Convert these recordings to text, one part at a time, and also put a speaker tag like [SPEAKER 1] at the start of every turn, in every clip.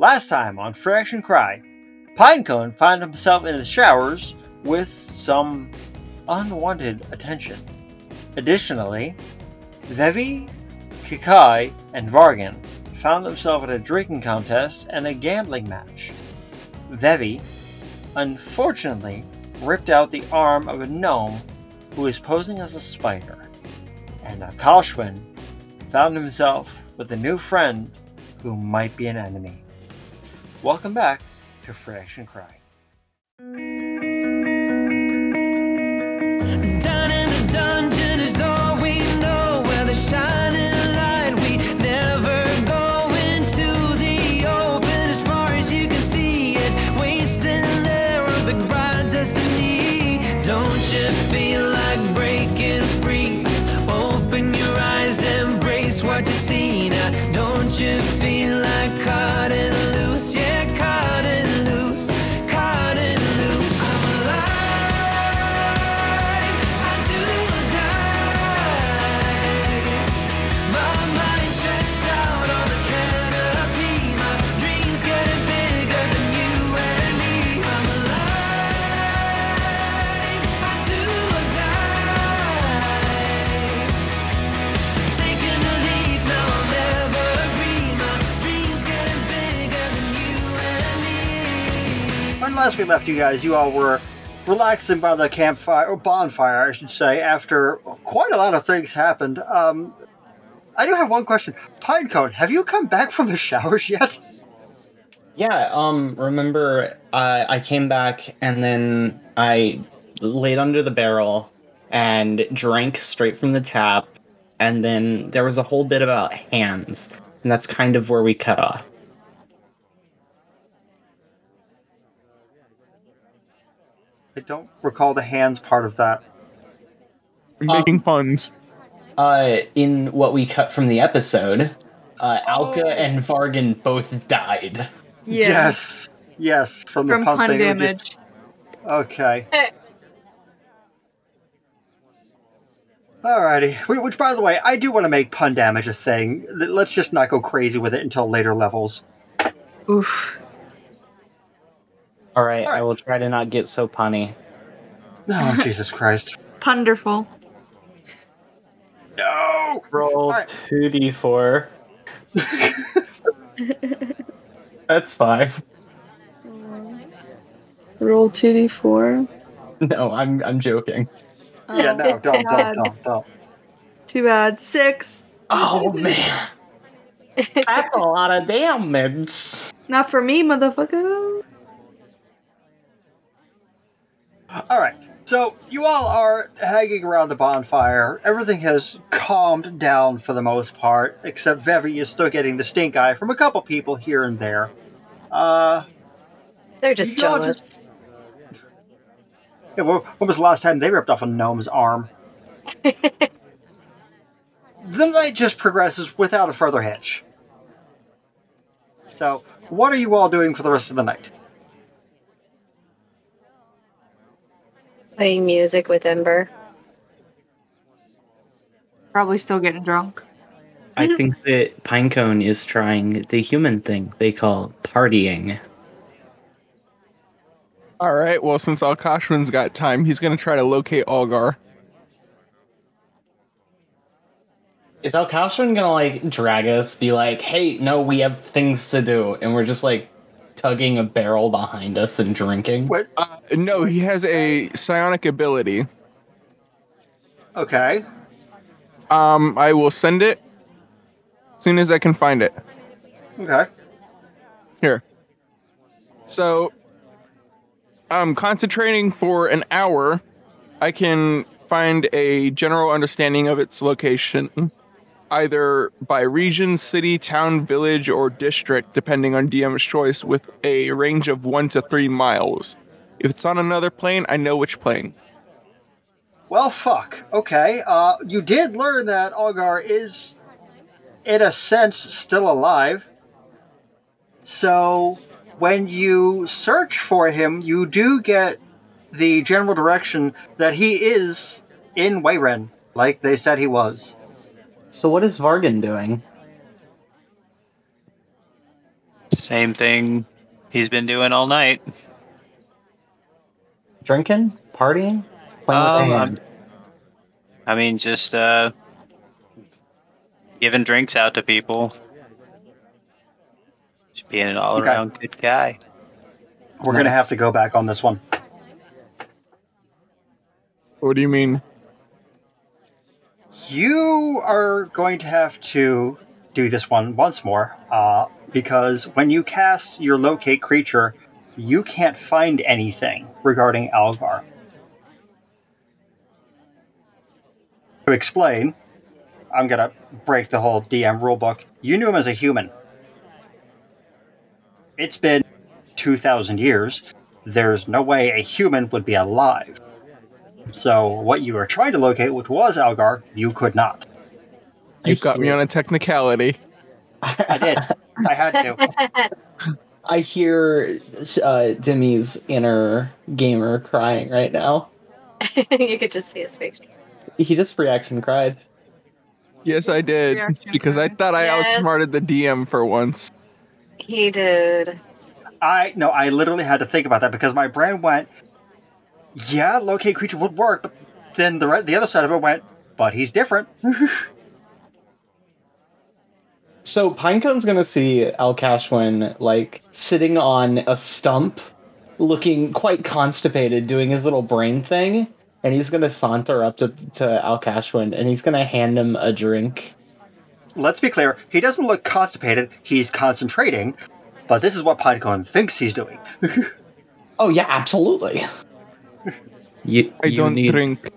[SPEAKER 1] Last time on Fraction Cry, Pinecone found himself in the showers with some unwanted attention. Additionally, Vevi, Kikai, and Vargan found themselves at a drinking contest and a gambling match. Vevi, unfortunately, ripped out the arm of a gnome who was posing as a spider. And Akalshwin found himself with a new friend who might be an enemy. Welcome back to Fraction Cry.
[SPEAKER 2] Down in the dungeon is all we know. Where the shining light, we never go into the open. As far as you can see it, wasting there a big bright destiny. Don't you feel like breaking free? Open your eyes, embrace what you see now. Don't you feel like caught and loose? Yeah, caught and loose, caught and loose. I'm alive. I do die. My mind stretched out on the canopy. My dreams getting bigger than you and me. I'm alive. I do die. Taking a leap now, I'll never agree. My dreams getting bigger than you and me.
[SPEAKER 1] When last we left you guys, you all were relaxing by the campfire, or bonfire, I should say, after quite a lot of things happened. Um, I do have one question. Pinecone, have you come back from the showers yet?
[SPEAKER 3] Yeah, um, remember, uh, I came back and then I laid under the barrel and drank straight from the tap. And then there was a whole bit about hands. And that's kind of where we cut off.
[SPEAKER 1] I don't recall the hands part of that.
[SPEAKER 4] I'm making puns.
[SPEAKER 3] Uh, in what we cut from the episode, uh,
[SPEAKER 1] Oh.
[SPEAKER 3] Alka and Vargan both died.
[SPEAKER 1] Yes. Yes, from the
[SPEAKER 5] From
[SPEAKER 1] pump
[SPEAKER 5] pun
[SPEAKER 1] thing. we just-
[SPEAKER 5] damage.
[SPEAKER 1] Okay.
[SPEAKER 6] Eh.
[SPEAKER 1] Alrighty. Wh- Which, by the way, I do want to make pun damage a thing. L- Let's just not go crazy with it until later levels.
[SPEAKER 5] Oof.
[SPEAKER 3] All right,
[SPEAKER 1] All right.
[SPEAKER 3] I will try to not get so punny.
[SPEAKER 1] Oh, Jesus Christ.
[SPEAKER 5] Punderful.
[SPEAKER 1] No!
[SPEAKER 3] Roll
[SPEAKER 1] right.
[SPEAKER 3] 2d4. that's five.
[SPEAKER 5] Roll 2d4.
[SPEAKER 3] No, I'm, I'm joking.
[SPEAKER 1] Yeah, no, don't,
[SPEAKER 5] God.
[SPEAKER 1] don't, don't, don't.
[SPEAKER 5] Too bad. Six.
[SPEAKER 3] Oh man. That's a lot of damage.
[SPEAKER 5] Not for me, motherfucker.
[SPEAKER 1] All right. So you all are hanging around the bonfire. Everything has calmed down for the most part, except Vevi is still getting the stink eye from a couple people here and there. Uh,
[SPEAKER 6] They're just
[SPEAKER 1] You all
[SPEAKER 6] jealous.
[SPEAKER 1] yeah, wh- when was the last time they ripped off a gnome's arm? the night just progresses without a further hitch. So, what are you all doing for the rest of the night?
[SPEAKER 6] Playing music with Ember.
[SPEAKER 5] Probably still getting drunk.
[SPEAKER 3] I think that Pinecone is trying the human thing they call partying.
[SPEAKER 4] All right. Well, since Alkashman's got time, he's gonna try to locate Algar.
[SPEAKER 3] Is Alcaltron gonna like drag us, be like, hey, no, we have things to do, and we're just like tugging a barrel behind us and drinking?
[SPEAKER 1] What?
[SPEAKER 4] Uh, no, he has a psionic ability.
[SPEAKER 1] Okay.
[SPEAKER 4] Um, I will send it as soon as I can find it.
[SPEAKER 1] Okay.
[SPEAKER 4] Here. So, um, concentrating for an hour, I can find a general understanding of its location, either by region, city, town, village, or district, depending on DM's choice, with a range of one to three miles. If it's on another plane, I know which plane.
[SPEAKER 1] Well, fuck. Okay. Uh, you did learn that Algar is, in a sense, still alive. So, when you search for him, you do get the general direction that he is in Wayren, like they said he was.
[SPEAKER 3] So what is Vargan doing?
[SPEAKER 7] Same thing he's been doing all night.
[SPEAKER 3] Drinking, partying, playing
[SPEAKER 7] Um,
[SPEAKER 4] uh,
[SPEAKER 3] with
[SPEAKER 7] I'm-
[SPEAKER 3] Anne.
[SPEAKER 7] I mean, just uh, giving drinks out to people. Just being an all around good guy.
[SPEAKER 1] We're gonna have to go back on this one.
[SPEAKER 4] What do you mean?
[SPEAKER 1] You are going to have to do this one once more, uh, because when you cast your locate creature, you can't find anything regarding Algar. To explain, I'm gonna break the whole DM rulebook. You knew him as a human. It's been 2,000 years. There's no way a human would be alive. So what you were trying to locate, which was Algar, you could not.
[SPEAKER 3] I
[SPEAKER 4] You got me
[SPEAKER 3] hear-
[SPEAKER 4] on a technicality.
[SPEAKER 1] I did. I had to.
[SPEAKER 3] I hear uh, Demi's inner gamer crying right now.
[SPEAKER 6] you could just see his face.
[SPEAKER 3] He just reaction cried.
[SPEAKER 4] Yes, I did
[SPEAKER 5] Reaction
[SPEAKER 4] because I
[SPEAKER 5] time.
[SPEAKER 4] thought I
[SPEAKER 6] Yes.
[SPEAKER 4] outsmarted the DM for once.
[SPEAKER 6] He did.
[SPEAKER 1] I no, I literally had to think about that because my brain went, yeah, locate creature would work, but then the re- the other side of it went, but he's different.
[SPEAKER 3] So Pinecone's gonna see Alcashwin like sitting on a stump, looking quite constipated, doing his little brain thing, and he's gonna saunter up to, to Alcashwin and he's gonna hand him a drink.
[SPEAKER 1] Let's be clear, he doesn't look constipated. He's concentrating, but this is what Pinecone thinks he's doing.
[SPEAKER 3] Oh yeah, absolutely.
[SPEAKER 8] You,
[SPEAKER 4] I don't
[SPEAKER 8] need,
[SPEAKER 4] drink.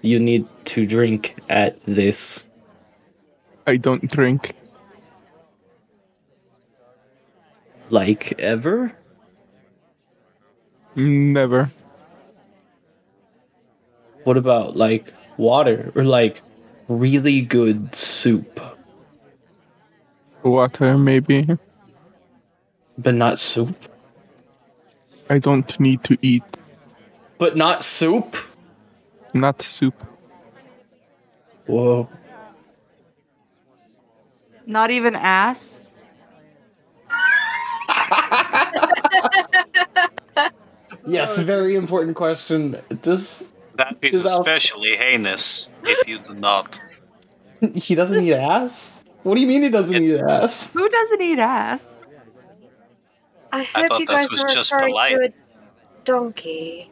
[SPEAKER 8] You need to drink at this.
[SPEAKER 4] I don't drink.
[SPEAKER 8] Like ever?
[SPEAKER 4] Never.
[SPEAKER 8] What about like water or like really good soup,
[SPEAKER 4] Water, maybe.
[SPEAKER 8] but not soup?
[SPEAKER 4] I don't need to eat.
[SPEAKER 8] But not soup?
[SPEAKER 4] Not soup.
[SPEAKER 8] Whoa.
[SPEAKER 5] Not even ass.
[SPEAKER 3] Yes, very important question. This
[SPEAKER 7] That is
[SPEAKER 3] Is that-
[SPEAKER 7] especially heinous if you do not.
[SPEAKER 3] he doesn't eat ass? What do you mean he doesn't eat ass?
[SPEAKER 5] Who doesn't eat ass?
[SPEAKER 6] I hope
[SPEAKER 7] thought
[SPEAKER 6] you
[SPEAKER 7] this
[SPEAKER 6] guys
[SPEAKER 7] was
[SPEAKER 6] were
[SPEAKER 7] just
[SPEAKER 6] referring
[SPEAKER 7] polite.
[SPEAKER 6] to a donkey.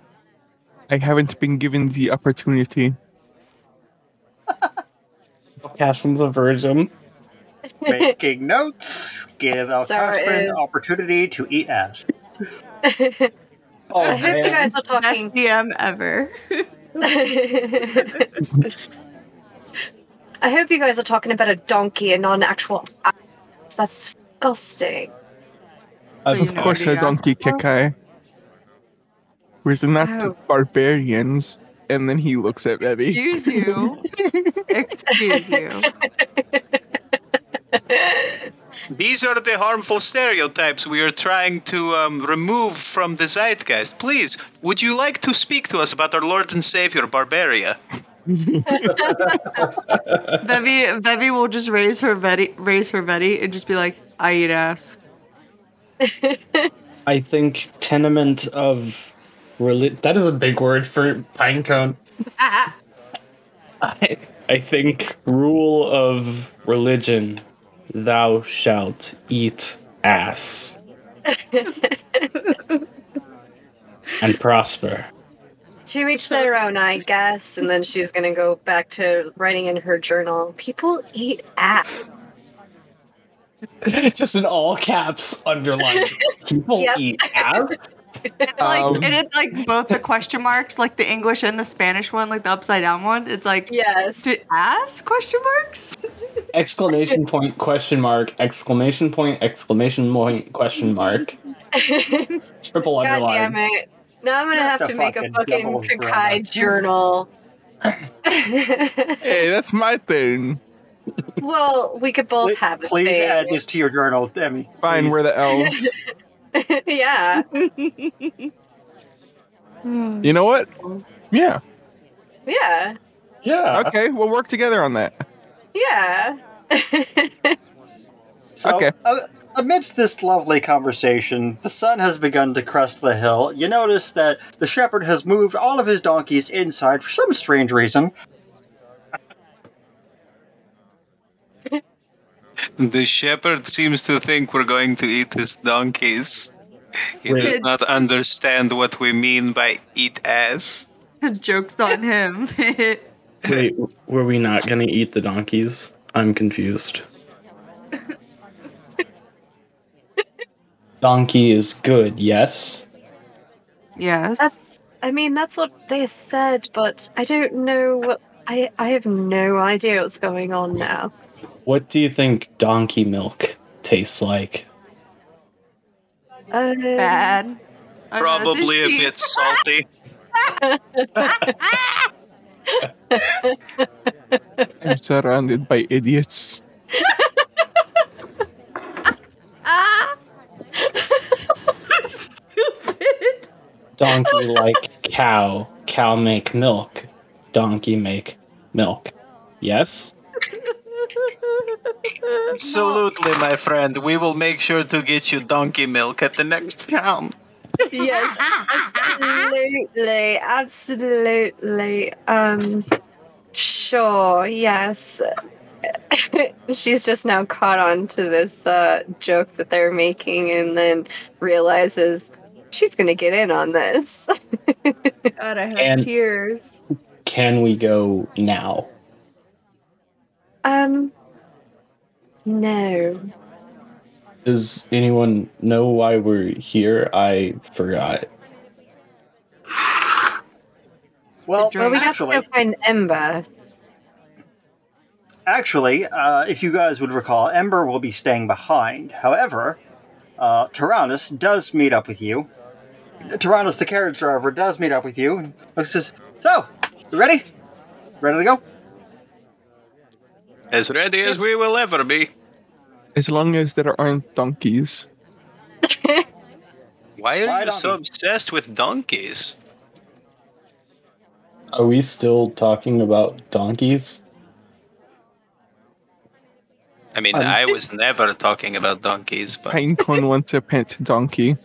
[SPEAKER 4] I haven't been given the opportunity.
[SPEAKER 3] Alcashwin's a virgin.
[SPEAKER 1] Making notes, give
[SPEAKER 6] Sarah
[SPEAKER 1] Alcatrin
[SPEAKER 6] is-
[SPEAKER 1] opportunity to eat ass.
[SPEAKER 3] Oh,
[SPEAKER 6] I hope you guys are
[SPEAKER 5] Best
[SPEAKER 6] talking.
[SPEAKER 5] DM ever.
[SPEAKER 6] I hope you guys are talking about a donkey and not an actual ass. That's disgusting.
[SPEAKER 5] Of
[SPEAKER 4] Of course, I don't eat kekai. We're not
[SPEAKER 6] Oh.
[SPEAKER 4] barbarians. And then he looks at Bevy.
[SPEAKER 5] Excuse you. Excuse you.
[SPEAKER 7] These are the harmful stereotypes we are trying to um, remove from the zeitgeist. Please, would you like to speak to us about our Lord and Savior, Barbaria?
[SPEAKER 5] Bevy Bevy will just raise her Betty raise her Betty and just be like, I eat ass.
[SPEAKER 8] I think tenement of reli- that is a big word for pinecone. I, I think rule of religion thou shalt eat ass and prosper.
[SPEAKER 6] To each their own, I guess. And then she's gonna go back to writing in her journal. People eat ass.
[SPEAKER 3] Just in all caps underlined. People
[SPEAKER 6] Yep.
[SPEAKER 3] eat ass?
[SPEAKER 5] It's like
[SPEAKER 4] Um.
[SPEAKER 5] and it's like both the question marks, like the English and the Spanish one, like the upside down one. It's like
[SPEAKER 6] Yes.
[SPEAKER 5] to ass question marks?
[SPEAKER 3] exclamation point question mark exclamation point exclamation point question mark triple
[SPEAKER 6] God damn
[SPEAKER 3] underline
[SPEAKER 6] it. Now I'm gonna
[SPEAKER 1] That's
[SPEAKER 6] have
[SPEAKER 1] a
[SPEAKER 6] to make a
[SPEAKER 1] fucking
[SPEAKER 6] fucking
[SPEAKER 1] devil's
[SPEAKER 6] Kakai journal.
[SPEAKER 4] Hey, that's my thing.
[SPEAKER 6] well, we could both have it.
[SPEAKER 1] Please add this to your journal, Demi.
[SPEAKER 4] Fine,
[SPEAKER 1] Please.
[SPEAKER 4] we're the elves.
[SPEAKER 6] yeah.
[SPEAKER 4] You know what? Yeah.
[SPEAKER 6] Yeah.
[SPEAKER 3] yeah
[SPEAKER 4] Okay, we'll work together on that.
[SPEAKER 6] Yeah.
[SPEAKER 1] So,
[SPEAKER 4] Okay.
[SPEAKER 1] Uh, Amidst this lovely conversation, the sun has begun to crest the hill. You notice that the shepherd has moved all of his donkeys inside for some strange reason.
[SPEAKER 7] The shepherd seems to think we're going to eat his donkeys. He does
[SPEAKER 5] Wait.
[SPEAKER 7] not understand what we mean by eat ass.
[SPEAKER 5] Joke's on him.
[SPEAKER 3] Wait, were we not gonna eat the donkeys? I'm confused. Donkey is good, yes.
[SPEAKER 5] yes.
[SPEAKER 6] That's. I mean, that's what they said, but I don't know what. I I have no idea what's going on now.
[SPEAKER 3] What do you think donkey milk tastes like?
[SPEAKER 6] Uh,
[SPEAKER 5] bad. I'm not
[SPEAKER 7] Probably a
[SPEAKER 5] sushi.
[SPEAKER 7] bit salty.
[SPEAKER 4] I'm surrounded by idiots.
[SPEAKER 3] Donkey like cow. Cow make milk. Donkey make milk. Yes?
[SPEAKER 7] Absolutely, my friend. We will make sure to get you donkey milk at the next town.
[SPEAKER 6] yes, absolutely, absolutely. Um, sure, yes. She's just now caught on to this uh, joke that they're making, and then realizes she's gonna get in on this.
[SPEAKER 5] God, I have
[SPEAKER 3] And-
[SPEAKER 5] tears.
[SPEAKER 3] Can we go now?
[SPEAKER 6] Um, no.
[SPEAKER 3] Does anyone know why we're here? I forgot.
[SPEAKER 1] Well,
[SPEAKER 5] The
[SPEAKER 6] Well, we got to
[SPEAKER 1] actually,
[SPEAKER 6] go find Ember.
[SPEAKER 1] actually, uh, if you guys would recall, Ember will be staying behind. However, uh, Tyrannus does meet up with you. Tyrannus, the carriage driver, does meet up with you and looks says, "So, you ready? Ready to go?"
[SPEAKER 7] As ready as we will ever be.
[SPEAKER 4] As long as there aren't donkeys.
[SPEAKER 7] Why are
[SPEAKER 1] Why
[SPEAKER 7] you
[SPEAKER 1] donkey?
[SPEAKER 7] so obsessed with donkeys?
[SPEAKER 3] Are we still talking about donkeys?
[SPEAKER 7] I mean, I was never talking about donkeys, but
[SPEAKER 4] Pinecone wants a pet donkey.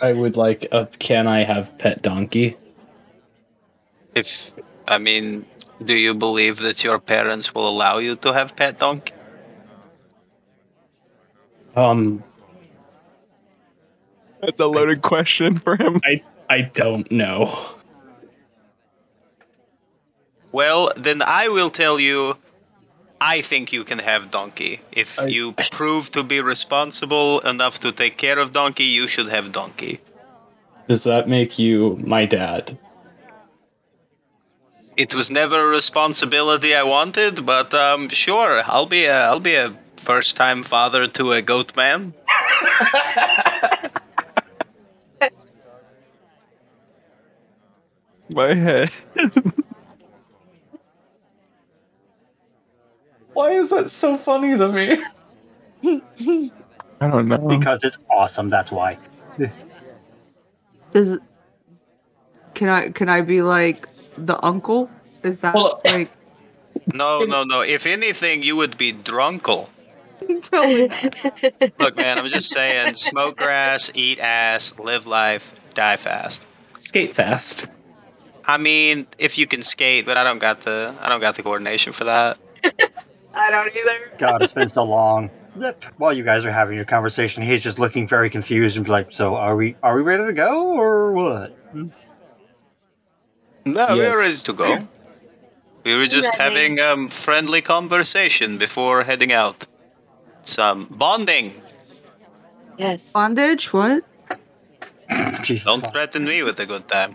[SPEAKER 3] I would like a can I have pet donkey?
[SPEAKER 7] if I mean, do you believe that your parents will allow you to have pet donkey?
[SPEAKER 3] Um
[SPEAKER 4] That's a loaded question for him.
[SPEAKER 3] I I don't know.
[SPEAKER 7] Well, then I will tell you. I think you can have donkey. If you prove to be responsible enough to take care of donkey, you should have donkey.
[SPEAKER 3] Does that make you my dad?
[SPEAKER 7] It was never a responsibility I wanted, but um, sure, I'll be a I'll be a first time father to a goat man.
[SPEAKER 4] My head.
[SPEAKER 8] Why is that so funny to me?
[SPEAKER 4] I don't know.
[SPEAKER 1] Because it's awesome. That's why.
[SPEAKER 5] Does can I can I be like the uncle? Is that
[SPEAKER 8] Well-
[SPEAKER 5] like
[SPEAKER 7] No, no, no. If anything, you would be drunkle. Look, man, I'm just saying: smoke grass, eat ass, live life, die fast.
[SPEAKER 3] Skate fast.
[SPEAKER 7] I mean, if you can skate, but I don't got the I don't got the coordination for that.
[SPEAKER 6] I don't either.
[SPEAKER 1] God, it's been so long. Yep. While you guys are having your conversation, he's just looking very confused and like, "So are we? Are we ready to go or what?"
[SPEAKER 7] No, we
[SPEAKER 3] Yes.
[SPEAKER 7] were ready to go. We were just
[SPEAKER 6] Ready.
[SPEAKER 7] having um, friendly conversation before heading out. Some bonding.
[SPEAKER 6] Yes.
[SPEAKER 5] bondage? What?
[SPEAKER 1] Jesus,
[SPEAKER 7] Don't
[SPEAKER 1] fuck.
[SPEAKER 7] threaten me with a good time.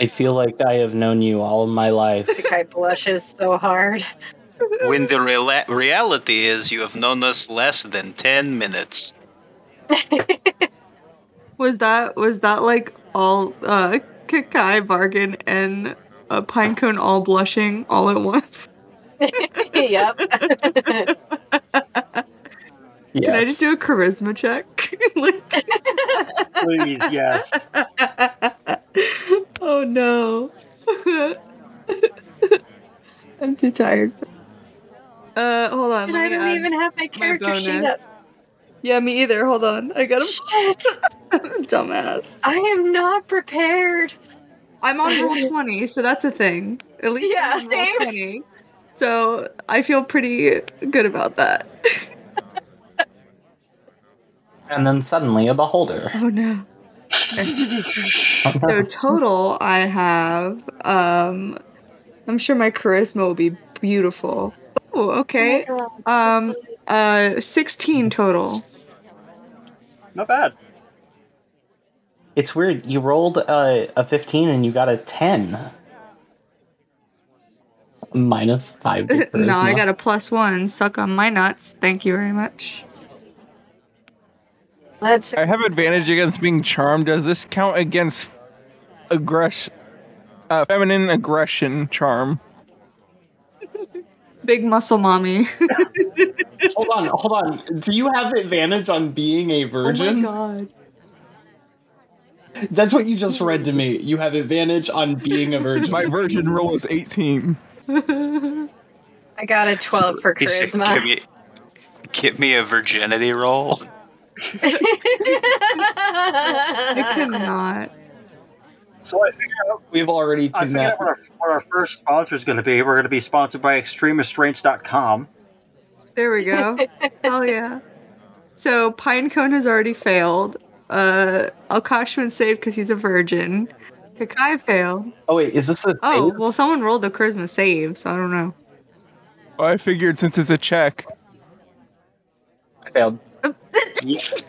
[SPEAKER 3] I feel like I have known you all my life.
[SPEAKER 6] Kai blushes so hard.
[SPEAKER 7] When the rela- reality is, you have known us less than ten minutes.
[SPEAKER 5] Was that was that like all uh Kakai bargain and a pinecone all blushing all at once?
[SPEAKER 6] yep.
[SPEAKER 3] yes.
[SPEAKER 5] Can I just do a charisma check? like
[SPEAKER 1] Please, yes.
[SPEAKER 5] oh no. I'm too tired. Uh, hold on.
[SPEAKER 6] But
[SPEAKER 5] let
[SPEAKER 6] I
[SPEAKER 5] me
[SPEAKER 6] don't
[SPEAKER 5] add-
[SPEAKER 6] even have Oh my character sheet up.
[SPEAKER 5] bonus. Yeah, me either. Hold on. I gotta.
[SPEAKER 6] Shit!
[SPEAKER 5] Dumbass.
[SPEAKER 6] I am not prepared.
[SPEAKER 5] I'm on roll 20, so that's a thing. At least
[SPEAKER 6] Yeah,
[SPEAKER 5] I'm on roll
[SPEAKER 6] same.
[SPEAKER 5] 20. So I feel pretty good about that.
[SPEAKER 3] And then suddenly a beholder.
[SPEAKER 5] oh no. So total, I have. Um, I'm sure my charisma will be beautiful. Oh, okay. Um, uh, 16 total.
[SPEAKER 1] Not bad.
[SPEAKER 3] It's weird. You rolled a, a 15 and you got a 10. Minus 5. to
[SPEAKER 5] no, I
[SPEAKER 3] charisma.
[SPEAKER 5] got a plus one. Suck on my nuts. Thank you very much.
[SPEAKER 6] Let's
[SPEAKER 4] I have advantage against being charmed. Does this count against aggress, uh, feminine aggression charm?
[SPEAKER 5] Big muscle mommy. Oh
[SPEAKER 3] Hold on, hold on. Do you have advantage on being a
[SPEAKER 5] oh my
[SPEAKER 3] virgin?
[SPEAKER 5] god.
[SPEAKER 3] That's what you just read to me. You have advantage on being a virgin.
[SPEAKER 4] My version roll is 18.
[SPEAKER 6] I got a 12 for
[SPEAKER 7] He said, give,
[SPEAKER 6] charisma.
[SPEAKER 7] me, give me a virginity roll.
[SPEAKER 5] I could not.
[SPEAKER 1] So I figured out,
[SPEAKER 3] We've already
[SPEAKER 1] I figured out
[SPEAKER 3] kidnapped.
[SPEAKER 1] what, our, what our first sponsor is going to be. We're going to be sponsored by extremerestraints.com.
[SPEAKER 5] There we go. Hell yeah. So Pinecone has already failed. Uh Alkashman saved because he's a virgin. Kakai failed.
[SPEAKER 3] Oh wait, is this a
[SPEAKER 5] Oh,
[SPEAKER 3] thing?
[SPEAKER 5] well someone rolled the charisma save, so I don't know.
[SPEAKER 4] Well, I figured since it's a check,
[SPEAKER 3] I failed.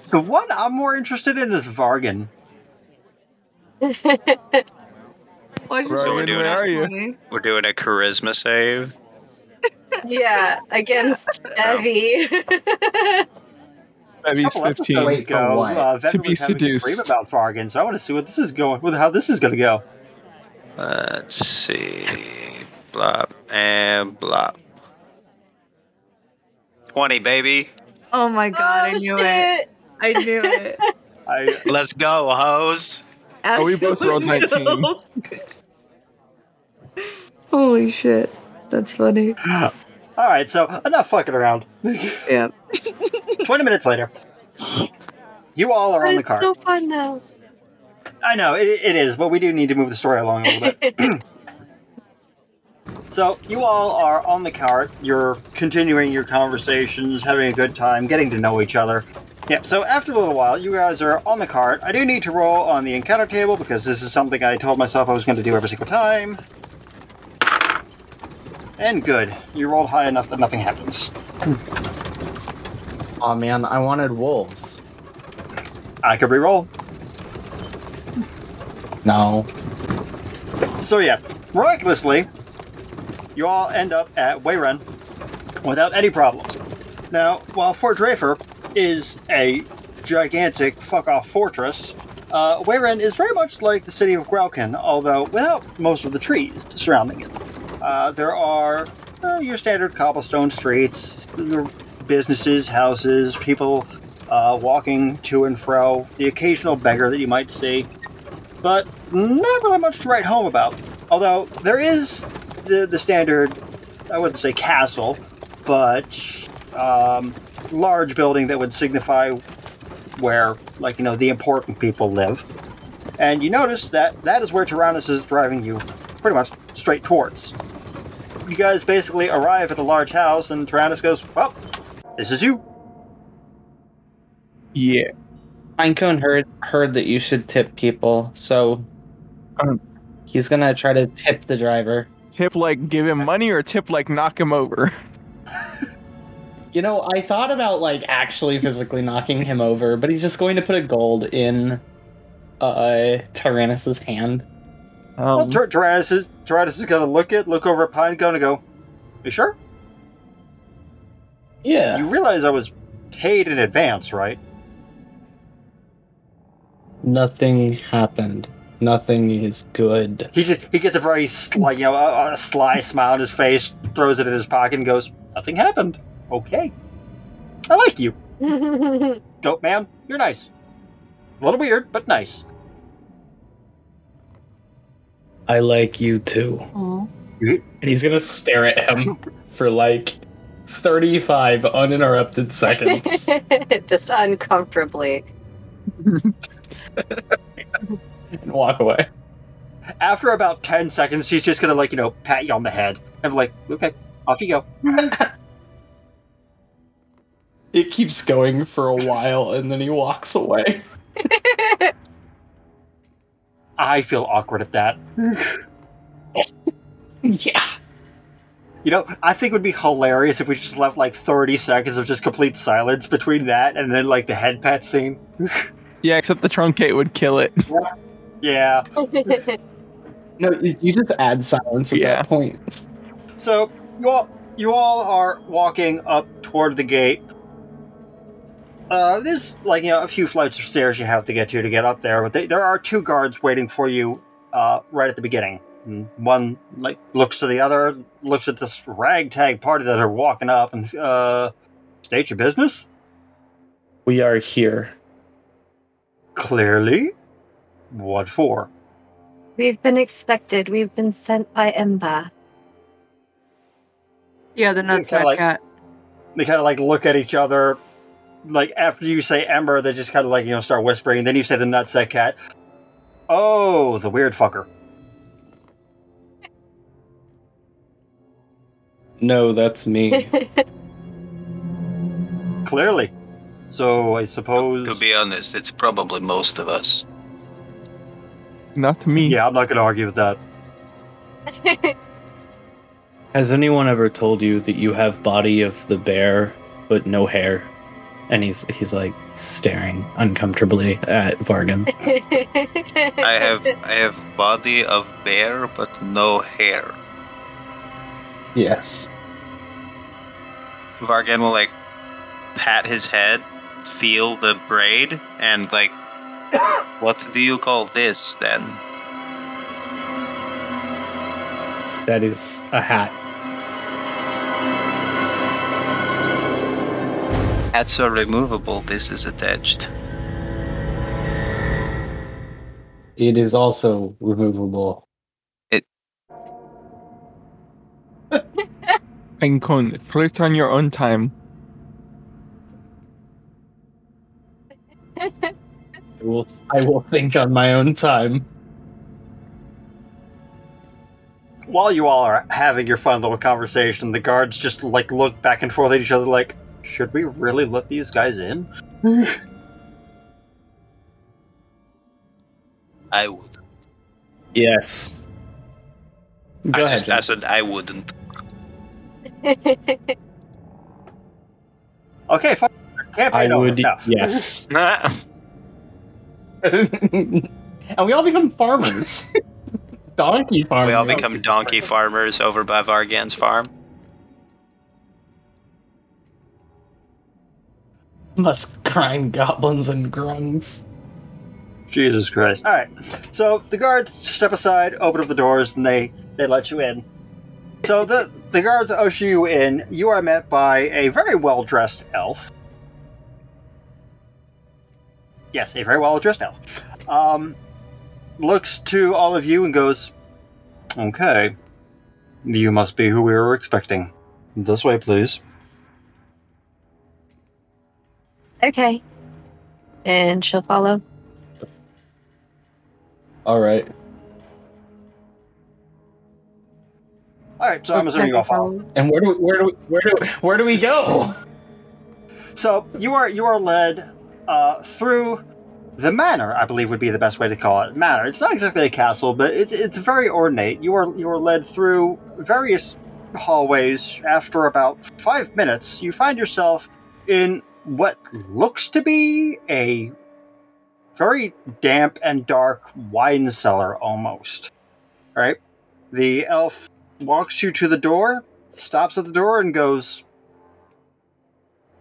[SPEAKER 1] The one I'm more interested in is Vargan.
[SPEAKER 5] Why'd you
[SPEAKER 4] Right,
[SPEAKER 5] roll
[SPEAKER 7] we're
[SPEAKER 5] a
[SPEAKER 7] doing
[SPEAKER 5] nat
[SPEAKER 4] it.
[SPEAKER 5] 20?
[SPEAKER 7] We're doing a charisma save.
[SPEAKER 6] yeah, against Evie.
[SPEAKER 4] Evie's
[SPEAKER 1] Couple episodes
[SPEAKER 4] 15.
[SPEAKER 3] Wait, for
[SPEAKER 1] ago,
[SPEAKER 3] what?
[SPEAKER 1] Uh, Venom
[SPEAKER 4] To be
[SPEAKER 1] was having a dream
[SPEAKER 4] seduced.
[SPEAKER 1] about Vargan, so I want to see what this is going, with how this is going to go.
[SPEAKER 7] Let's see. Blop and blop. 20, baby.
[SPEAKER 5] Oh my god, I
[SPEAKER 6] Oh,
[SPEAKER 5] knew it.
[SPEAKER 6] shit.
[SPEAKER 5] I knew it.
[SPEAKER 1] I
[SPEAKER 7] Let's go, hoes.
[SPEAKER 4] Oh, we both rolled 19.
[SPEAKER 5] Holy shit. That's funny.
[SPEAKER 1] all right. So enough fucking around.
[SPEAKER 5] Yeah.
[SPEAKER 1] Twenty minutes later, you all are
[SPEAKER 6] But
[SPEAKER 1] on the
[SPEAKER 6] it's
[SPEAKER 1] card.
[SPEAKER 6] so fun though.
[SPEAKER 1] I know it, it is, but we do need to move the story along a little bit. so you all are on the cart. You're continuing your conversations, having a good time, getting to know each other. Yep. So after a little while, you guys are on the cart. I do need to roll on the encounter table because this is something I told myself I was going to do every single time. And good, you rolled high enough that nothing happens.
[SPEAKER 3] Oh man, I wanted wolves.
[SPEAKER 1] I could re-roll.
[SPEAKER 3] No.
[SPEAKER 1] So yeah, miraculously, you all end up at Wayrun without any problems. Now, while Fort Drafer is a gigantic fuck-off fortress, uh, Wayrun is very much like the city of Graukin, although without most of the trees surrounding it. Uh, there are uh, your standard cobblestone streets, your businesses, houses, people uh, walking to and fro, the occasional beggar that you might see but not really much to write home about. Although there is the, the standard, I wouldn't say castle, but um, large building that would signify where, like, you know, the important people live. And you notice that that is where Tyrannus is driving you pretty much straight towards. You guys basically arrive at the large house, and Tyrannus goes, Well, this is you.
[SPEAKER 4] Yeah.
[SPEAKER 3] Pinecone heard heard that you should tip people, so
[SPEAKER 4] Um.
[SPEAKER 3] he's gonna try to tip the driver.
[SPEAKER 4] Tip like give him money or tip like knock him over?
[SPEAKER 3] You know, I thought about like actually physically knocking him over, but he's just going to put a gold in uh Tyrannus's hand.
[SPEAKER 4] Um.
[SPEAKER 1] Well, Tyr- Tyrannus is, Tyrannus is going to look it, look over at Pinecone, and go, You sure?
[SPEAKER 3] Yeah.
[SPEAKER 1] You realize I was paid in advance, right?
[SPEAKER 3] Nothing happened. Nothing is good.
[SPEAKER 1] He just he gets a very sly, you know a, a sly smile on his face, throws it in his pocket, and goes, "Nothing happened." Okay, I like you, dope man. You're nice. A little weird, but nice.
[SPEAKER 8] I like you too.
[SPEAKER 5] Aw.
[SPEAKER 8] And he's gonna stare at him for like 35 uninterrupted seconds.
[SPEAKER 6] Just uncomfortably.
[SPEAKER 8] and walk away.
[SPEAKER 1] After about 10 seconds, she's just gonna, like, you know, pat you on the head and, like, okay, off you go.
[SPEAKER 8] It keeps going for a while and then he walks away.
[SPEAKER 1] I feel awkward at that.
[SPEAKER 8] Yeah.
[SPEAKER 1] You know, I think it would be hilarious if we just left, like, 30 seconds of just complete silence between that and then, like, the head pat scene.
[SPEAKER 4] Yeah, except the truncate would kill it.
[SPEAKER 1] Yeah.
[SPEAKER 8] No, you you just add silence at
[SPEAKER 4] Yeah.
[SPEAKER 8] that point.
[SPEAKER 1] So you all you all are walking up toward the gate. Uh, there's like you know a few flights of stairs you have to get to to get up there, but they, there are two guards waiting for you uh, right at the beginning. And One like looks to the other, looks at this ragtag party that are walking up, and uh, state your business
[SPEAKER 8] We are here.
[SPEAKER 1] clearly. What for?
[SPEAKER 6] We've been expected. We've been sent by Ember.
[SPEAKER 5] Yeah, the nutsack
[SPEAKER 1] like-
[SPEAKER 5] cat.
[SPEAKER 1] they kind of like look at each other. Like after you say Ember, they just kind of like you know start whispering. And then you say the nutsack cat. Oh, the weird fucker.
[SPEAKER 8] No, that's me.
[SPEAKER 1] Clearly. So I suppose.
[SPEAKER 7] To be honest, it's probably most of us.
[SPEAKER 4] Not to me.
[SPEAKER 1] yeah, I'm not going to argue with that.
[SPEAKER 3] Has anyone ever told you that you have body of the bear but no hair? And he's he's like staring uncomfortably at Vargan.
[SPEAKER 7] I have I have body of bear but no hair.
[SPEAKER 8] yes.
[SPEAKER 7] Vargan will like pat his head, feel the braid, and like, what do you call this then?
[SPEAKER 3] That is a hat.
[SPEAKER 7] Hats are removable. This is attached.
[SPEAKER 8] It is also removable.
[SPEAKER 4] Rincon, flirt on your own time.
[SPEAKER 8] I will, I will think on my own time.
[SPEAKER 1] While you all are having your fun little conversation, the guards just like look back and forth at each other, like, should we really let these guys in?
[SPEAKER 7] I would.
[SPEAKER 3] Yes.
[SPEAKER 7] I
[SPEAKER 3] Go ahead.
[SPEAKER 7] just I said I wouldn't.
[SPEAKER 1] Okay, fine. Campaign
[SPEAKER 3] I
[SPEAKER 1] over.
[SPEAKER 3] would
[SPEAKER 1] No.
[SPEAKER 3] yes.
[SPEAKER 8] and we all become farmers. Donkey farmers.
[SPEAKER 7] we all become donkey farmers over by Vargan's farm.
[SPEAKER 8] Must grind goblins and grungs.
[SPEAKER 1] Jesus Christ. All right. So the guards step aside, open up the doors, and they they let you in. So the the guards usher you in. You are met by a very well dressed elf. Yes, a very well dressed elf. Um, looks to all of you and goes, "Okay, you must be who we were expecting. This way, please."
[SPEAKER 6] okay. And she'll follow.
[SPEAKER 8] All right.
[SPEAKER 1] All right. So I'm assuming you all follow.
[SPEAKER 8] And where do we, where do we, where do where do we go?
[SPEAKER 1] So you are you are led uh, through the manor, I believe would be the best way to call it. Manor. It's not exactly a castle, but it's it's very ornate. You are you are led through various hallways. After about five minutes, you find yourself in what looks to be a very damp and dark wine cellar almost. Right? The elf walks you to the door, stops at the door and goes,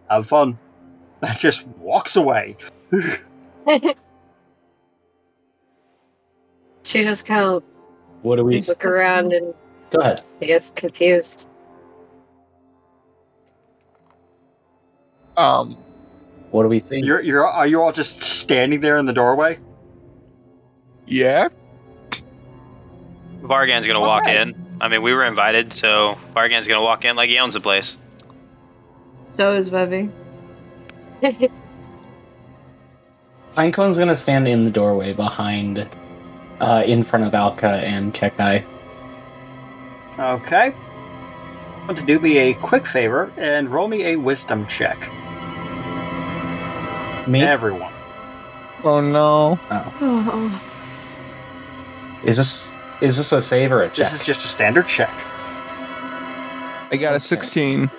[SPEAKER 1] have fun. That just walks away.
[SPEAKER 6] She just kind of
[SPEAKER 8] What do we
[SPEAKER 6] look around and
[SPEAKER 8] Go ahead.
[SPEAKER 6] I guess confused.
[SPEAKER 4] Um,
[SPEAKER 8] What do we think?
[SPEAKER 1] You're, you're, are you all just standing there in the doorway?
[SPEAKER 4] yeah.
[SPEAKER 7] Vargan's gonna walk in. I mean, we were invited, so Vargan's gonna walk in like he owns the place.
[SPEAKER 5] So is Vevi.
[SPEAKER 3] Pinecone's gonna stand in the doorway behind, uh, in front of Alka and Kekai.
[SPEAKER 1] Okay. I want to do me a quick favor and roll me a wisdom check.
[SPEAKER 3] Me?
[SPEAKER 1] Everyone.
[SPEAKER 4] Oh no.
[SPEAKER 5] Oh,
[SPEAKER 3] Is this is this a save or a check?
[SPEAKER 1] This is just a standard check.
[SPEAKER 4] I got a 16.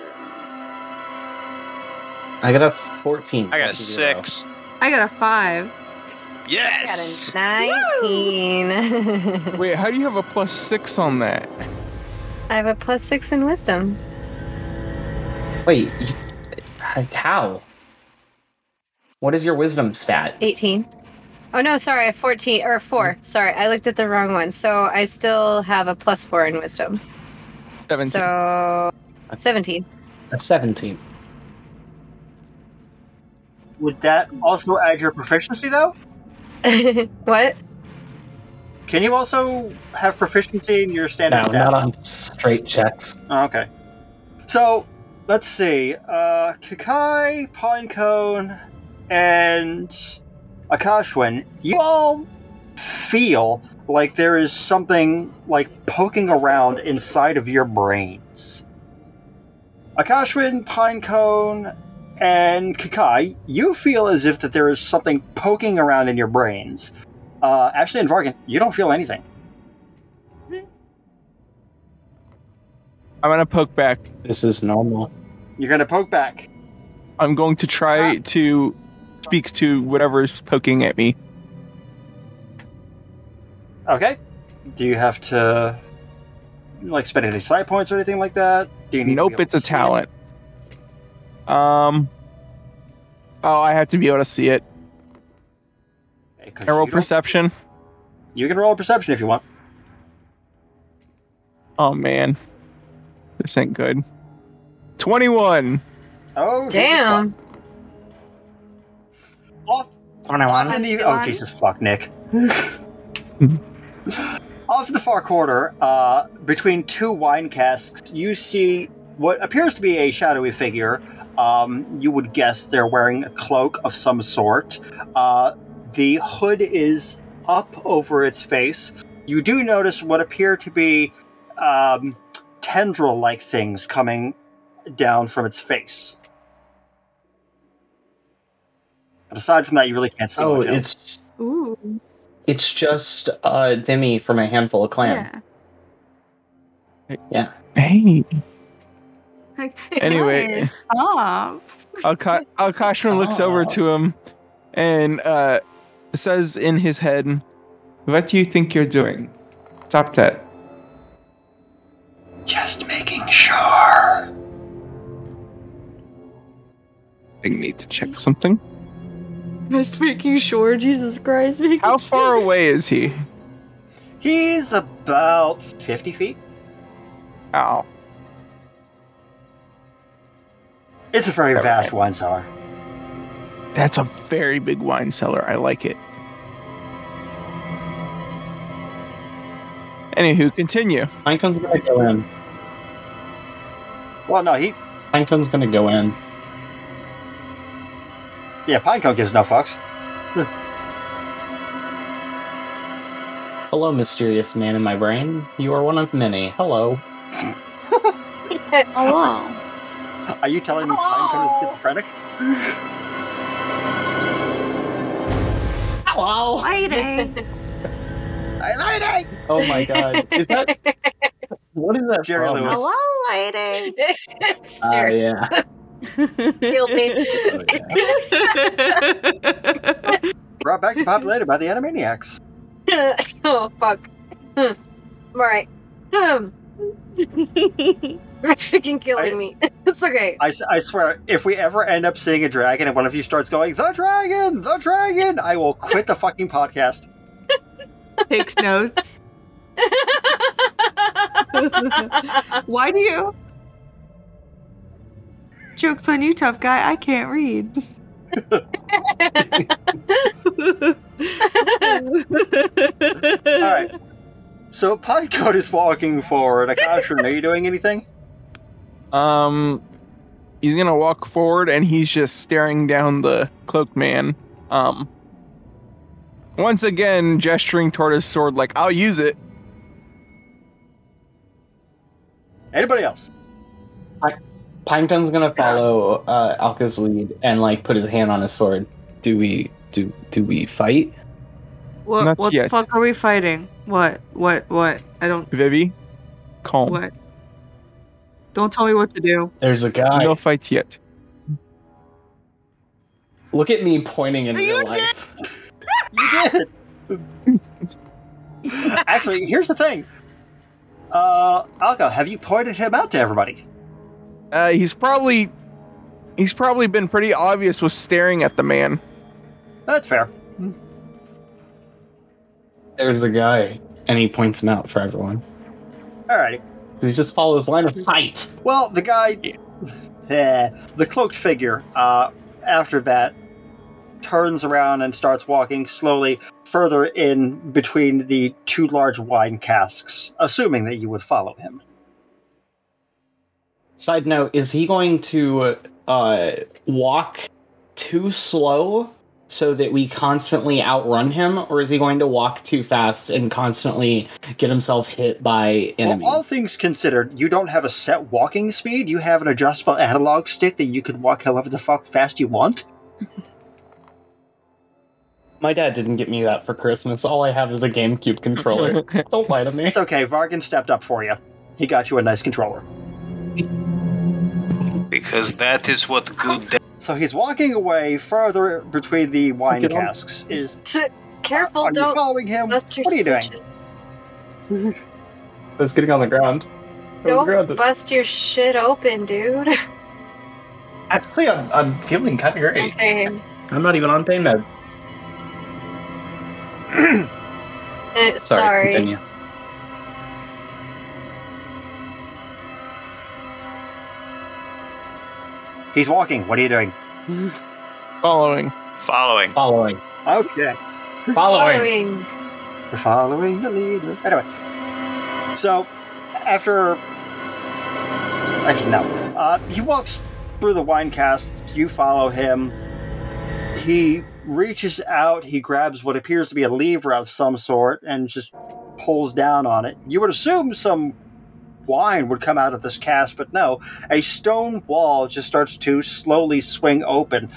[SPEAKER 3] I got a fourteen.
[SPEAKER 7] I got a
[SPEAKER 3] That's zero.
[SPEAKER 7] six.
[SPEAKER 5] I got a five.
[SPEAKER 7] Yes.
[SPEAKER 6] Got a 19.
[SPEAKER 4] Wait, how do you have a plus six on that?
[SPEAKER 6] I have a plus six in wisdom.
[SPEAKER 3] Wait, you, uh, how? What is your wisdom stat?
[SPEAKER 6] 18. Oh no, sorry, 14 or 4. Sorry, I looked at the wrong one. So I still have a plus 4 in wisdom.
[SPEAKER 4] 17.
[SPEAKER 6] So 17.
[SPEAKER 3] A seventeen.
[SPEAKER 1] Would that also add your proficiency, though?
[SPEAKER 6] what?
[SPEAKER 1] Can you also have proficiency in your
[SPEAKER 3] No,
[SPEAKER 1] standard stats?
[SPEAKER 3] not on straight checks.
[SPEAKER 1] Oh, okay. So, let's see. Uh, Kakai, Pinecone, and Akashwin, you all feel like there is something like poking around inside of your brains. Akashwin, Pinecone, and Kakai, you feel as if that there is something poking around in your brains. Uh, Ashley and Vargan, you don't feel anything.
[SPEAKER 4] I'm gonna poke back.
[SPEAKER 3] This is normal.
[SPEAKER 1] You're gonna poke back.
[SPEAKER 4] I'm going to
[SPEAKER 1] Ah.
[SPEAKER 4] try to speak to whatever's poking at me.
[SPEAKER 1] Okay. Do you have to like spend any side points or anything like that? Do you need to be
[SPEAKER 4] Nope,
[SPEAKER 1] able
[SPEAKER 4] it's
[SPEAKER 1] to
[SPEAKER 4] a
[SPEAKER 1] see it?
[SPEAKER 4] talent. Um. Oh, I have to be able to see it.
[SPEAKER 1] Okay, 'cause
[SPEAKER 4] Can I roll
[SPEAKER 1] you don't-
[SPEAKER 4] perception?
[SPEAKER 1] You can roll a perception if you want.
[SPEAKER 4] Oh man, this ain't good. Twenty-one.
[SPEAKER 1] Oh
[SPEAKER 6] Damn.
[SPEAKER 1] Jesus, Off, off in the, oh Jesus fuck Nick. off the far corner, uh, between two wine casks, you see what appears to be a shadowy figure. Um, you would guess they're wearing a cloak of some sort. Uh, the hood is up over its face. You do notice what appear to be um, tendril like things coming down from its face. But aside from that, you really can't see.
[SPEAKER 3] Oh,
[SPEAKER 1] much else.
[SPEAKER 3] it's
[SPEAKER 5] ooh.
[SPEAKER 3] it's just uh Demi from a handful of clan.
[SPEAKER 5] Yeah.
[SPEAKER 4] Hey,
[SPEAKER 5] Like,
[SPEAKER 4] Anyway.
[SPEAKER 5] guys, Stop.
[SPEAKER 4] Alka- Alkashman looks
[SPEAKER 1] Ah.
[SPEAKER 4] over to him and uh, says in his head, "What do you think you're doing? Stop that."
[SPEAKER 1] just making sure.
[SPEAKER 4] I need to check something.
[SPEAKER 5] Just making sure. Jesus Christ. Making
[SPEAKER 4] How far away is he?
[SPEAKER 1] He's about 50 feet.
[SPEAKER 4] Ow.
[SPEAKER 1] It's a very
[SPEAKER 4] Alright.
[SPEAKER 1] vast wine cellar.
[SPEAKER 4] That's a very big wine cellar. I like it. Anywho, continue.
[SPEAKER 3] Pinecone's gonna go in.
[SPEAKER 1] Well, no, he.
[SPEAKER 3] Pinecone's gonna go in.
[SPEAKER 1] Yeah, Pinecone gives no fucks.
[SPEAKER 3] Hello, mysterious man in my brain. You are one of many. Hello.
[SPEAKER 5] Hello.
[SPEAKER 1] Are you telling me Pinecone is schizophrenic?
[SPEAKER 3] Hello.
[SPEAKER 5] Lighting.
[SPEAKER 1] I lied
[SPEAKER 3] Oh my god. Is that what is that?
[SPEAKER 1] Jerry
[SPEAKER 3] from?
[SPEAKER 1] Lewis.
[SPEAKER 5] lighting.
[SPEAKER 6] it's
[SPEAKER 3] Ah,
[SPEAKER 6] true.
[SPEAKER 3] yeah.
[SPEAKER 6] Guilty.
[SPEAKER 3] Oh, yeah.
[SPEAKER 1] Brought back to populated by the Animaniacs.
[SPEAKER 6] oh fuck. All right. Um. You're freaking killing
[SPEAKER 1] I-
[SPEAKER 6] me. It's okay.
[SPEAKER 1] I, s- I swear, if we ever end up seeing a dragon and one of you starts going, The dragon! The dragon! I will quit the fucking podcast.
[SPEAKER 5] Takes notes. Why do you? Joke's on you, tough guy. I can't read.
[SPEAKER 1] Alright. So Pinecone is walking forward. Akash, are you doing anything?
[SPEAKER 4] Um, He's gonna walk forward and he's just staring down the cloaked man. Um, once again, gesturing toward his sword, like I'll use it.
[SPEAKER 1] Anybody else?
[SPEAKER 3] Pinecone's gonna follow uh, Alka's lead and like put his hand on his sword. Do we do do we fight?
[SPEAKER 5] What
[SPEAKER 4] Not
[SPEAKER 5] what the
[SPEAKER 4] yet.
[SPEAKER 5] fuck are we fighting? What what what? I don't
[SPEAKER 4] Vivi, calm.
[SPEAKER 5] what. Don't tell me what to do.
[SPEAKER 3] There's a guy.
[SPEAKER 4] No fight yet.
[SPEAKER 3] Look at me pointing in
[SPEAKER 5] You
[SPEAKER 3] real life.
[SPEAKER 1] You did. Actually, here's the thing. Uh, Alka, have you pointed him out to everybody?
[SPEAKER 4] Uh, he's probably he's probably been pretty obvious with staring at the man.
[SPEAKER 1] That's fair.
[SPEAKER 3] There's a guy, and he points him out for everyone.
[SPEAKER 1] Alrighty.
[SPEAKER 3] He just follows line of sight.
[SPEAKER 1] Well, the guy, Eh, the cloaked figure, uh, after that, turns around and starts walking slowly further in between the two large wine casks, assuming that you would follow him.
[SPEAKER 3] Side note: Is he going to uh, walk too slow so that we constantly outrun him, or is he going to walk too fast and constantly get himself hit by
[SPEAKER 1] Well,
[SPEAKER 3] enemies?
[SPEAKER 1] all things considered, you don't have a set walking speed. You have an adjustable analog stick that you can walk however the fuck fast you want.
[SPEAKER 3] My dad didn't get me that for Christmas. All I have is a GameCube controller. Don't lie to me.
[SPEAKER 1] It's okay. Vargan stepped up for you. He got you a nice controller.
[SPEAKER 7] Because that is what good
[SPEAKER 1] So he's walking away further between the wine
[SPEAKER 4] Look at him.
[SPEAKER 1] casks. Is
[SPEAKER 6] Careful,
[SPEAKER 1] are you
[SPEAKER 6] don't
[SPEAKER 1] following him?
[SPEAKER 6] bust your
[SPEAKER 1] What are you doing?
[SPEAKER 6] stitches.
[SPEAKER 3] I was getting on the ground.
[SPEAKER 6] Don't bust your shit open, dude.
[SPEAKER 8] Actually, I'm, I'm feeling kind of great.
[SPEAKER 6] Okay.
[SPEAKER 3] I'm not even on pain meds.
[SPEAKER 6] Eh, Sorry.
[SPEAKER 3] continue.
[SPEAKER 1] He's walking. What are you doing?
[SPEAKER 4] Following.
[SPEAKER 7] following.
[SPEAKER 3] Following.
[SPEAKER 1] Okay.
[SPEAKER 8] Following.
[SPEAKER 6] Following.
[SPEAKER 1] We're following the leader. Anyway, so after actually no, uh, he walks through the wine cast. You follow him. He reaches out. He grabs what appears to be a lever of some sort and just pulls down on it. You would assume some wine would come out of this cast, but no. A stone wall just starts to slowly swing open,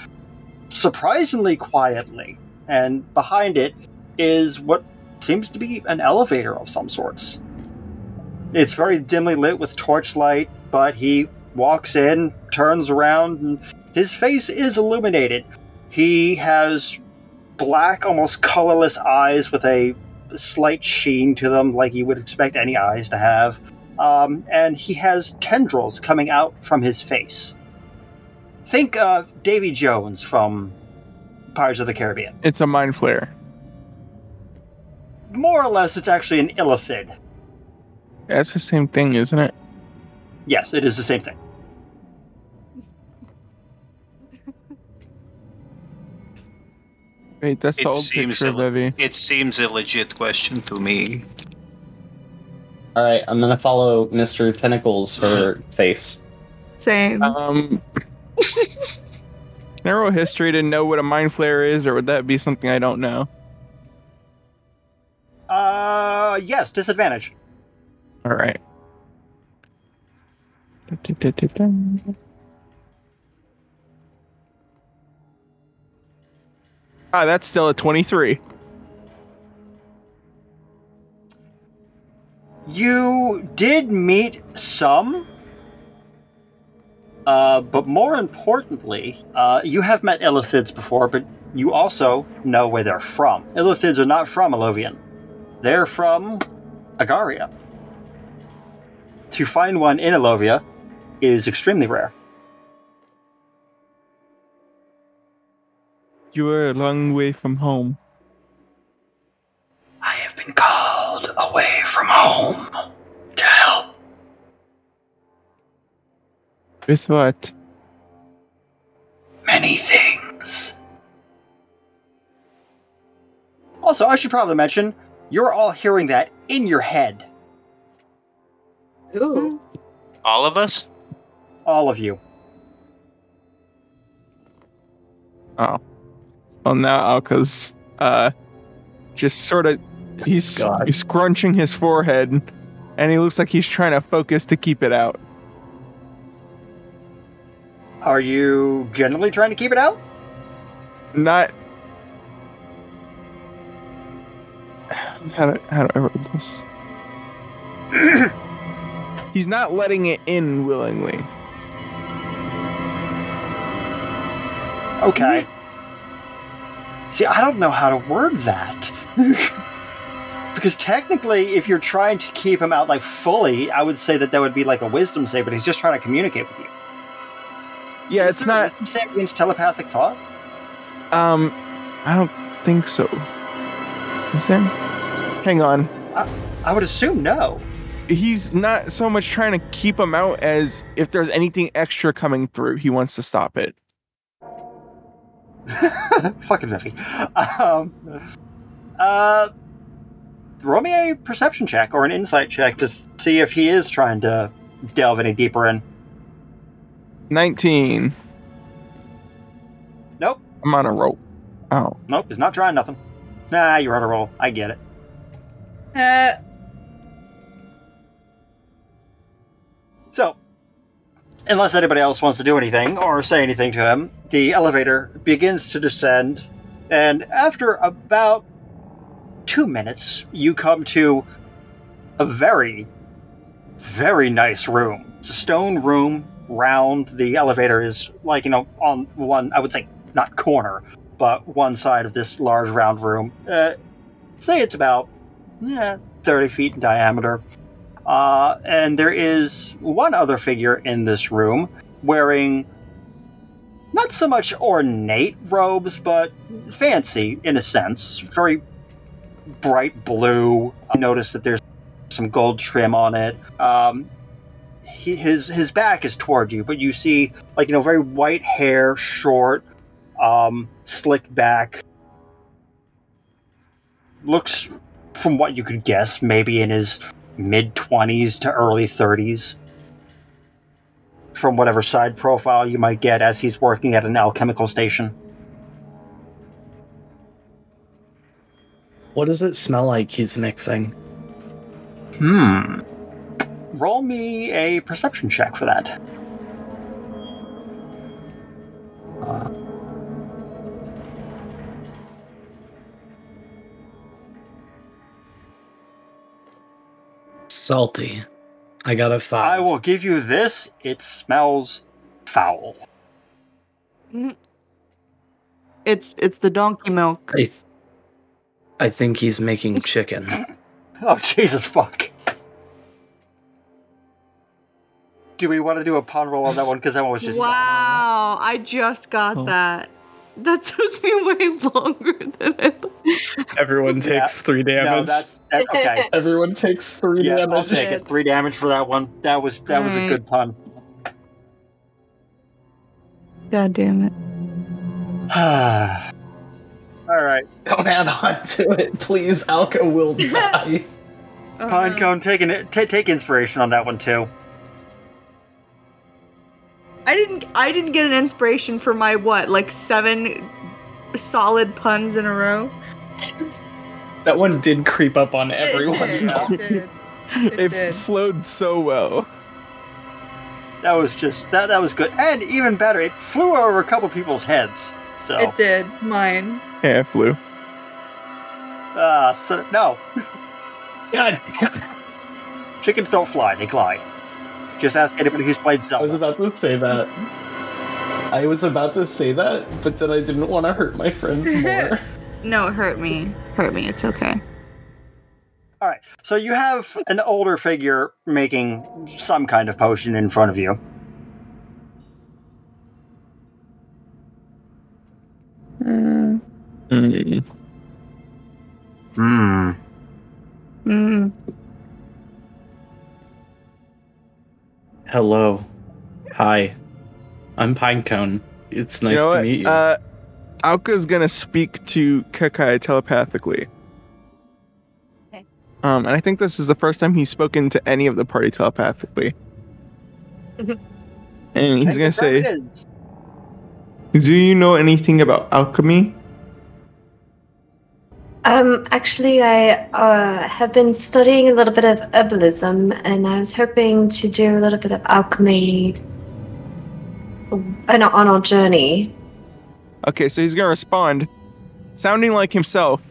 [SPEAKER 1] surprisingly quietly. And behind it is what seems to be an elevator of some sorts. It's very dimly lit with torchlight, but he walks in, turns around, and his face is illuminated. He has black, almost colorless eyes with a slight sheen to them, like you would expect any eyes to have. Um, and he has tendrils coming out from his face. Think of Davy Jones from Pirates of the Caribbean
[SPEAKER 4] It's a mind flare.
[SPEAKER 1] more or less, it's actually an illithid.
[SPEAKER 4] That's the same thing, isn't it?
[SPEAKER 1] Yes, it is the same thing.
[SPEAKER 4] Wait, that's
[SPEAKER 7] It
[SPEAKER 4] the old
[SPEAKER 7] seems
[SPEAKER 4] picture
[SPEAKER 7] a
[SPEAKER 4] of
[SPEAKER 7] li-
[SPEAKER 4] Vivi.
[SPEAKER 7] It seems a legit question to me.
[SPEAKER 3] All right, I'm gonna follow Mr. Tentacles for face.
[SPEAKER 5] Same.
[SPEAKER 4] Um, can I roll history to know what a mind flare is, or would that be something I don't know?
[SPEAKER 1] Uh, yes, disadvantage.
[SPEAKER 4] All right. Ah, that's still a 23.
[SPEAKER 1] You did meet some, uh, but more importantly, uh, you have met illithids before, but you also know where they're from. Illithids are not from Elovian; they're from Agaria. To find one in Elovia is extremely rare.
[SPEAKER 4] You were a long way from home.
[SPEAKER 1] I have been called away from home to help
[SPEAKER 4] With what?
[SPEAKER 1] many things. Also, I should probably mention you're all hearing that in your head,
[SPEAKER 6] Ooh.
[SPEAKER 7] All of us?
[SPEAKER 1] all of you.
[SPEAKER 4] Oh. Well, now Alka's uh, just sort of he's,
[SPEAKER 8] God.
[SPEAKER 4] he's scrunching his forehead, and he looks like he's trying to focus to keep it out.
[SPEAKER 1] Are you generally trying to keep it out?
[SPEAKER 4] Not. How do, how do I word this? he's not letting it in willingly.
[SPEAKER 1] Okay.
[SPEAKER 4] Mm-hmm.
[SPEAKER 1] See, I don't know how to word that. because technically, if you're trying to keep him out like fully, I would say that that would be like a wisdom save, but he's just trying to communicate with you.
[SPEAKER 4] Yeah, it's
[SPEAKER 1] Isn't
[SPEAKER 4] not.
[SPEAKER 1] a wisdom save against telepathic thought.
[SPEAKER 4] Um, I don't think so. Is there? Hang on.
[SPEAKER 1] I would assume no.
[SPEAKER 4] He's not so much trying to keep him out as if there's anything extra coming through, he wants to stop it.
[SPEAKER 1] Fucking Vivi. Um, uh, roll me a perception check or an insight check to see if he is trying to delve any deeper in.
[SPEAKER 4] 19.
[SPEAKER 1] Nope.
[SPEAKER 4] I'm on a rope. Oh.
[SPEAKER 1] Nope, he's not trying nothing. Nah, you're on a roll. I get it.
[SPEAKER 5] Uh,
[SPEAKER 1] So, unless anybody else wants to do anything or say anything to him, the elevator begins to descend, and after about two minutes, you come to a very, very nice room. It's a stone room, round. The elevator is like, you know, on one, I would say, not corner, but one side of this large round room. Uh, say it's about yeah, 30 feet in diameter. Uh, and there is one other figure in this room wearing not so much ornate robes, but fancy in a sense. Very bright blue. I notice that there's some gold trim on it. Um, he, his his back is toward you, but you see like you know very white hair, short, um, slicked back. Looks, from what you could guess, maybe in his mid 20s to early 30s from whatever side profile you might get as he's working at an alchemical station.
[SPEAKER 8] What does it smell like he's mixing?
[SPEAKER 1] Hmm. Roll me a perception check for that.
[SPEAKER 8] Salty. I got a five.
[SPEAKER 1] I will give you this. It smells foul.
[SPEAKER 5] it's it's the donkey milk.
[SPEAKER 8] I, I think he's making chicken.
[SPEAKER 1] Oh, Jesus fuck. Do we want to do a pawn roll on that one? Because that one was just.
[SPEAKER 5] Wow, I just got that. That took me way longer than I thought.
[SPEAKER 8] Everyone takes three
[SPEAKER 1] No,
[SPEAKER 8] damage.
[SPEAKER 1] that's, that's okay.
[SPEAKER 8] Everyone takes three
[SPEAKER 1] Yeah, I'll
[SPEAKER 8] damage. Hmm.
[SPEAKER 1] take it. Three damage for that one. That was that was a
[SPEAKER 5] Alright.
[SPEAKER 1] good pun.
[SPEAKER 5] God damn it.
[SPEAKER 1] All right.
[SPEAKER 8] Don't add on to it, please. Alka will die.
[SPEAKER 5] Uh, Uh-huh.
[SPEAKER 1] Pinecone, take, an, ta take inspiration on that one too.
[SPEAKER 5] I didn't I didn't get an inspiration for my what, like seven solid puns in a row.
[SPEAKER 8] that one did creep up on everyone. Oh though.
[SPEAKER 5] It did. It
[SPEAKER 4] it
[SPEAKER 5] did.
[SPEAKER 4] flowed so well.
[SPEAKER 1] That was just that that was good, and even better, it flew over a couple people's heads. So
[SPEAKER 5] It did. Mine.
[SPEAKER 4] Yeah, it flew.
[SPEAKER 1] ah, so, no,
[SPEAKER 8] God damn.
[SPEAKER 1] chickens don't fly; they glide. Just ask anybody who's played
[SPEAKER 3] I was
[SPEAKER 1] Zelda.
[SPEAKER 3] about to say that. I was about to say that, but then I didn't want to hurt my friends more.
[SPEAKER 5] No, it hurt me. Hurt me. It's okay.
[SPEAKER 1] All right, so you have an older figure making some kind of potion in front of you.
[SPEAKER 5] Mm.
[SPEAKER 3] Mm,
[SPEAKER 1] Hmm.
[SPEAKER 5] Mm.
[SPEAKER 3] Hello. Hi. I'm Pinecone. It's nice
[SPEAKER 4] you know
[SPEAKER 3] to
[SPEAKER 4] what?
[SPEAKER 3] meet you.
[SPEAKER 4] Uh, Alka's gonna speak to Kekai telepathically.
[SPEAKER 6] Okay.
[SPEAKER 4] Um, and I think this is the first time he's spoken to any of the party telepathically.
[SPEAKER 6] Mhm.
[SPEAKER 4] and he's gonna say,
[SPEAKER 1] It is.
[SPEAKER 4] Do you know anything about alchemy?
[SPEAKER 6] Um, actually, I uh, have been studying a little bit of herbalism, and I was hoping to do a little bit of alchemy on, on our journey.
[SPEAKER 4] Okay, so he's gonna respond, sounding like himself.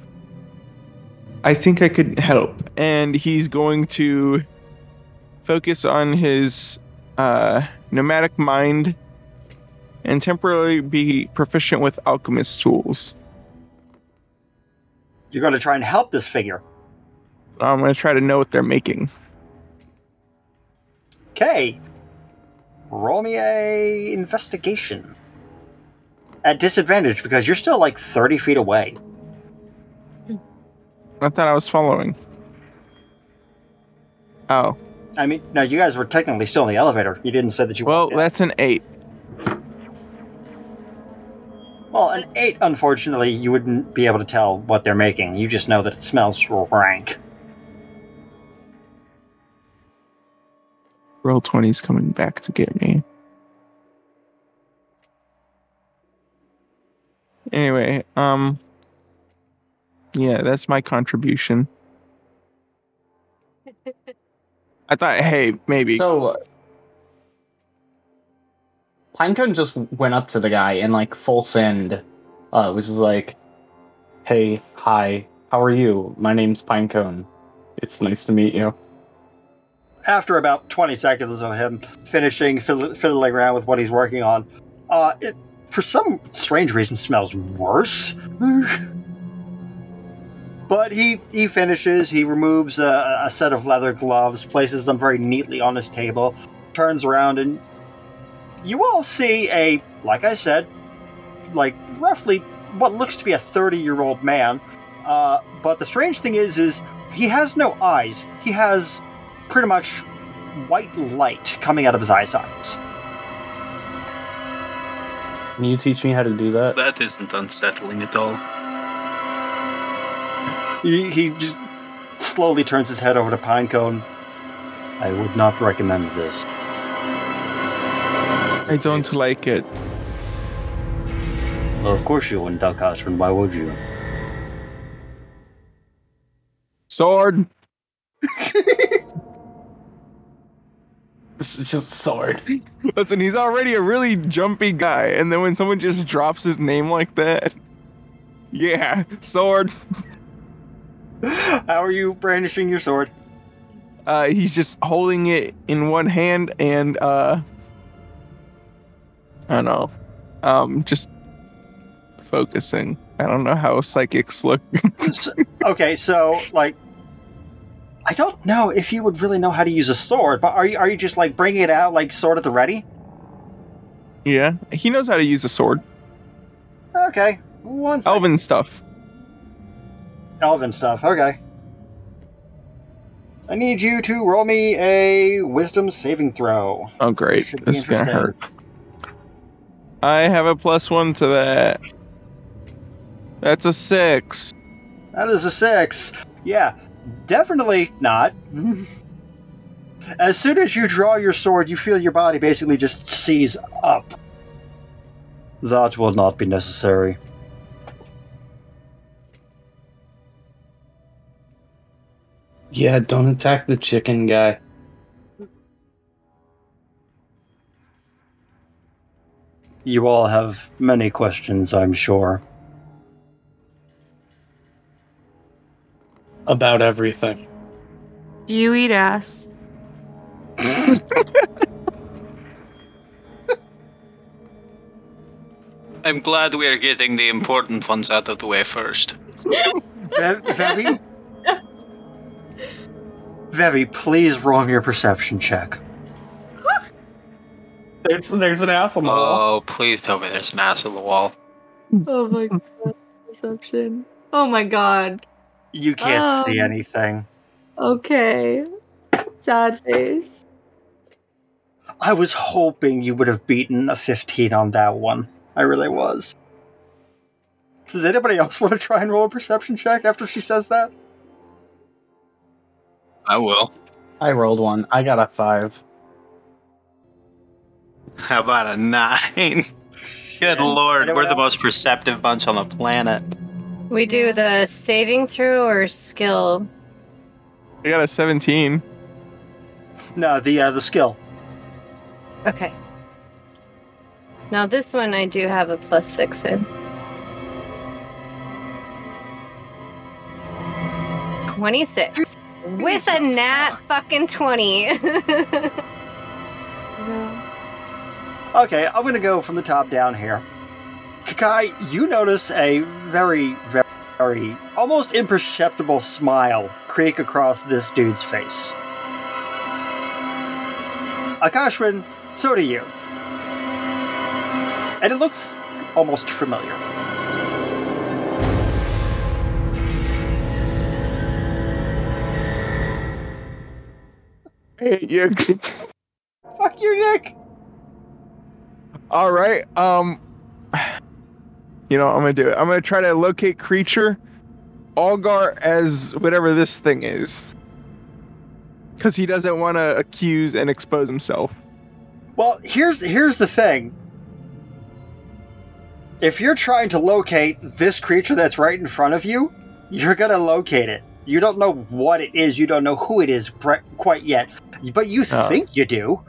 [SPEAKER 4] I think I could help, and he's going to focus on his uh, nomadic mind and temporarily be proficient with alchemist tools.
[SPEAKER 1] You're going to try and help this figure.
[SPEAKER 4] I'm gonna try to know what they're making.
[SPEAKER 1] Okay. Roll me a investigation. At disadvantage because you're still like 30 feet away.
[SPEAKER 4] I thought I was following. Oh,
[SPEAKER 1] I mean, no, you guys were technically still in the elevator. You didn't say that you
[SPEAKER 4] well,
[SPEAKER 1] walked in.
[SPEAKER 4] that's an eight.
[SPEAKER 1] Well, an eight, unfortunately, you wouldn't be able to tell what they're making. You just know that it smells rank.
[SPEAKER 4] Roll 20's coming back to get me. Anyway, um Yeah, that's my contribution. I thought, hey, maybe.
[SPEAKER 3] So uh, Pinecone just went up to the guy in like full send, uh, which is like, "Hey, hi, how are you? My name's Pinecone. It's nice to meet you."
[SPEAKER 1] After about 20 seconds of him finishing, fiddl- fiddling around with what he's working on, uh, it, for some strange reason, smells worse. but he, he finishes, he removes a, a set of leather gloves, places them very neatly on his table, turns around, and you all see a, like I said, like roughly what looks to be a 30 year old man. Uh, but the strange thing is, is he has no eyes. He has pretty much white light coming out of his eye sockets.
[SPEAKER 3] Can you teach me how to do that?
[SPEAKER 7] That isn't unsettling at all.
[SPEAKER 1] He, he just slowly turns his head over to Pinecone. I would not recommend this.
[SPEAKER 4] I don't like it.
[SPEAKER 1] Well, of course you wouldn't, Dalkashran. Why would you?
[SPEAKER 4] Sword.
[SPEAKER 3] This is just sword.
[SPEAKER 4] Listen, he's already a really jumpy guy, and then when someone just drops his name like that. Yeah, sword.
[SPEAKER 1] How are you brandishing your sword?
[SPEAKER 4] Uh, he's just holding it in one hand and uh, I don't know, um, just focusing. I don't know how psychics look.
[SPEAKER 1] S- okay, so like, I don't know if you would really know how to use a sword, but are you are you just like bringing it out like sword at the ready?
[SPEAKER 4] yeah, he knows how to use a sword.
[SPEAKER 1] Okay, one second.
[SPEAKER 4] Elven stuff.
[SPEAKER 1] Elven stuff. Okay. I need you to roll me a wisdom saving throw.
[SPEAKER 4] Oh, great,
[SPEAKER 1] Should be
[SPEAKER 4] this is gonna hurt.
[SPEAKER 1] interesting.
[SPEAKER 4] I have a plus one to that. That's a six.
[SPEAKER 1] That is a six. Yeah, definitely not. as soon as you draw your sword, you feel your body basically just seize up. That will not be necessary.
[SPEAKER 3] Yeah, don't attack the chicken guy.
[SPEAKER 1] You all have many questions, I'm sure.
[SPEAKER 8] about everything.
[SPEAKER 5] Do you eat ass?
[SPEAKER 7] I'm glad we are getting the important ones out of the way first.
[SPEAKER 1] Ve- Vevi? Vevi, please roll me your perception check.
[SPEAKER 8] There's there's an asshole.
[SPEAKER 7] Oh, please tell me there's an ass on the wall.
[SPEAKER 5] Oh my god. Perception. Oh my god.
[SPEAKER 1] You can't see
[SPEAKER 5] Um,
[SPEAKER 1] anything.
[SPEAKER 5] Okay. Sad face.
[SPEAKER 1] I was hoping you would have beaten a 15 on that one. I really was. Does anybody else want to try and roll a perception check after she says that?
[SPEAKER 7] I will.
[SPEAKER 3] I rolled one. I got a five.
[SPEAKER 7] How about a nine?
[SPEAKER 9] Good lord, we're the most perceptive bunch on the planet.
[SPEAKER 6] We do the saving throw or skill.
[SPEAKER 4] I got a 17.
[SPEAKER 1] No, the uh, the skill.
[SPEAKER 6] Okay. Now this one I do have a plus six in. Twenty-six with a nat fucking twenty.
[SPEAKER 1] Okay, I'm gonna go from the top down here. Kakai, you notice a very, very, very almost imperceptible smile creak across this dude's face. Akashwin, so do you. And it looks almost familiar.
[SPEAKER 4] Hey, you.
[SPEAKER 1] Fuck you, Nick!
[SPEAKER 4] All right. Um, you know what I'm gonna do? I'm gonna try to locate creature, Algar as whatever this thing is, because he doesn't want to accuse and expose himself.
[SPEAKER 1] Well, here's here's the thing. If you're trying to locate this creature that's right in front of you, you're gonna locate it. You don't know what it is. You don't know who it is pre- quite yet, but you
[SPEAKER 4] Oh.
[SPEAKER 1] think you do.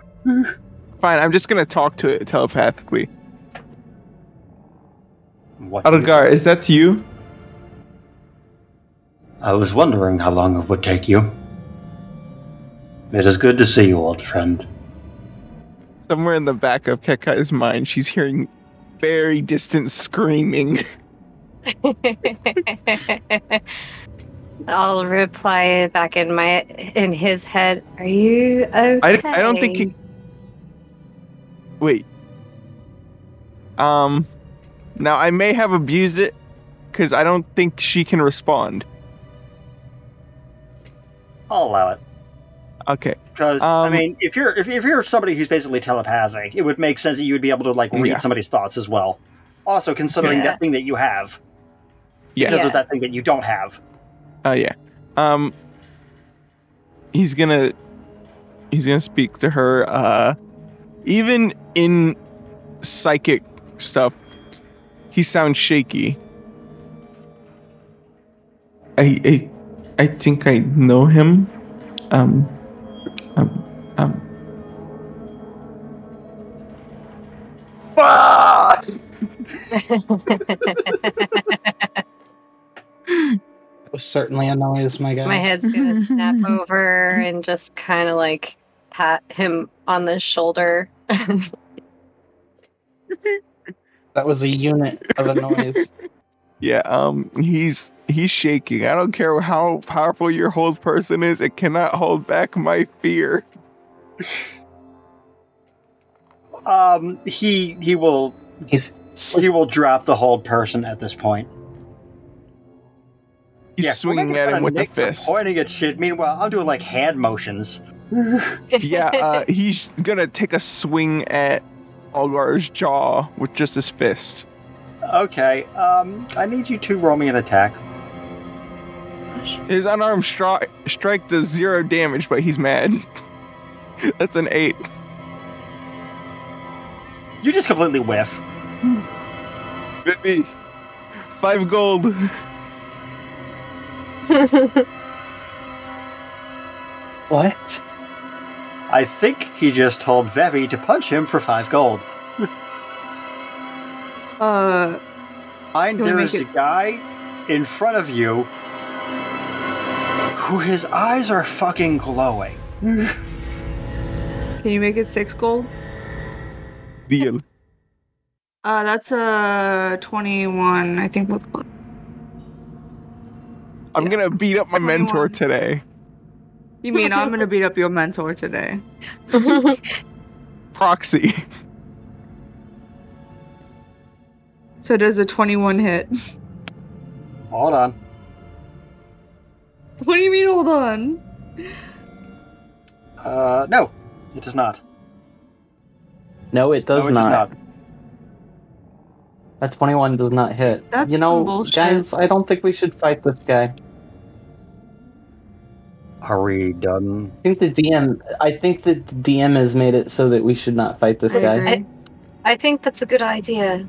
[SPEAKER 4] Fine. I'm just gonna talk to it telepathically.
[SPEAKER 1] What do you-
[SPEAKER 4] Algar, is that you?
[SPEAKER 1] I was wondering how long it would take you. It is good to see you, old friend.
[SPEAKER 4] Somewhere in the back of Kekai's mind, she's hearing very distant screaming.
[SPEAKER 6] I'll reply back in my in his head. Are you okay?
[SPEAKER 4] I, I don't think he. Wait. Um, now I may have abused it because I don't think she can respond.
[SPEAKER 1] I'll allow it.
[SPEAKER 4] Okay.
[SPEAKER 1] Because I
[SPEAKER 4] Um,
[SPEAKER 1] mean, if you're if, if you're somebody who's basically telepathic, it would make sense that you would be able to like read
[SPEAKER 4] Yeah.
[SPEAKER 1] somebody's thoughts as well. Also, considering
[SPEAKER 6] Yeah.
[SPEAKER 1] that thing that you have
[SPEAKER 4] Yeah.
[SPEAKER 1] because
[SPEAKER 6] Yeah.
[SPEAKER 1] of that thing that you don't have.
[SPEAKER 4] Oh yeah. Um, he's gonna he's gonna speak to her. Uh, even in psychic stuff, he sounds shaky. I I, I think I know him. Um, um, um.
[SPEAKER 3] It was certainly a noise, my guy.
[SPEAKER 6] My head's gonna snap over and just kind of like pat him on the shoulder.
[SPEAKER 3] That was a unit of a noise.
[SPEAKER 4] Yeah. Um, he's he's shaking. I don't care how powerful your hold person is. It cannot hold back my fear.
[SPEAKER 1] Um, he he will
[SPEAKER 3] He's sleep-
[SPEAKER 1] he will drop the hold person at this point.
[SPEAKER 4] He's
[SPEAKER 1] Yeah, we're
[SPEAKER 4] swinging
[SPEAKER 1] making
[SPEAKER 4] at
[SPEAKER 1] fun
[SPEAKER 4] him
[SPEAKER 1] of
[SPEAKER 4] with the
[SPEAKER 1] Nick for
[SPEAKER 4] fist.
[SPEAKER 1] pointing at shit. Meanwhile, I'm doing like hand motions.
[SPEAKER 4] yeah, uh, he's gonna take a swing at Algar's jaw with just his fist.
[SPEAKER 1] Okay, um, I need you to roll me an attack.
[SPEAKER 4] His unarmed stri- strike does zero damage, but he's mad. That's an eight.
[SPEAKER 1] You just completely whiff.
[SPEAKER 4] Baby. Five gold.
[SPEAKER 3] what?
[SPEAKER 1] I think he just told Vevi to punch him for five gold.
[SPEAKER 5] Uh,
[SPEAKER 1] And
[SPEAKER 5] Can we
[SPEAKER 1] there
[SPEAKER 5] make
[SPEAKER 1] is a
[SPEAKER 5] it-
[SPEAKER 1] guy in front of you who his eyes are fucking glowing.
[SPEAKER 5] can you make it six gold?
[SPEAKER 4] Deal.
[SPEAKER 5] Uh, that's uh, 21, I think. With
[SPEAKER 4] I'm gonna beat up my mentor
[SPEAKER 5] 21.
[SPEAKER 4] today.
[SPEAKER 5] You mean I'm gonna beat up your mentor today?
[SPEAKER 4] Proxy.
[SPEAKER 5] So does a 21 hit?
[SPEAKER 1] Hold on.
[SPEAKER 5] What do you mean, hold on?
[SPEAKER 1] Uh, no, it does not.
[SPEAKER 3] No, it does
[SPEAKER 1] no, it
[SPEAKER 3] not.
[SPEAKER 1] Does not.
[SPEAKER 3] That 21 does not hit.
[SPEAKER 5] That's
[SPEAKER 3] you know,
[SPEAKER 5] some bullshit.
[SPEAKER 3] guys, I don't think we should fight this guy.
[SPEAKER 1] Are we done?
[SPEAKER 3] I think the DM I think that the DM has made it so that we should not fight this
[SPEAKER 5] I
[SPEAKER 3] guy.
[SPEAKER 5] agree.
[SPEAKER 6] I think that's a good idea.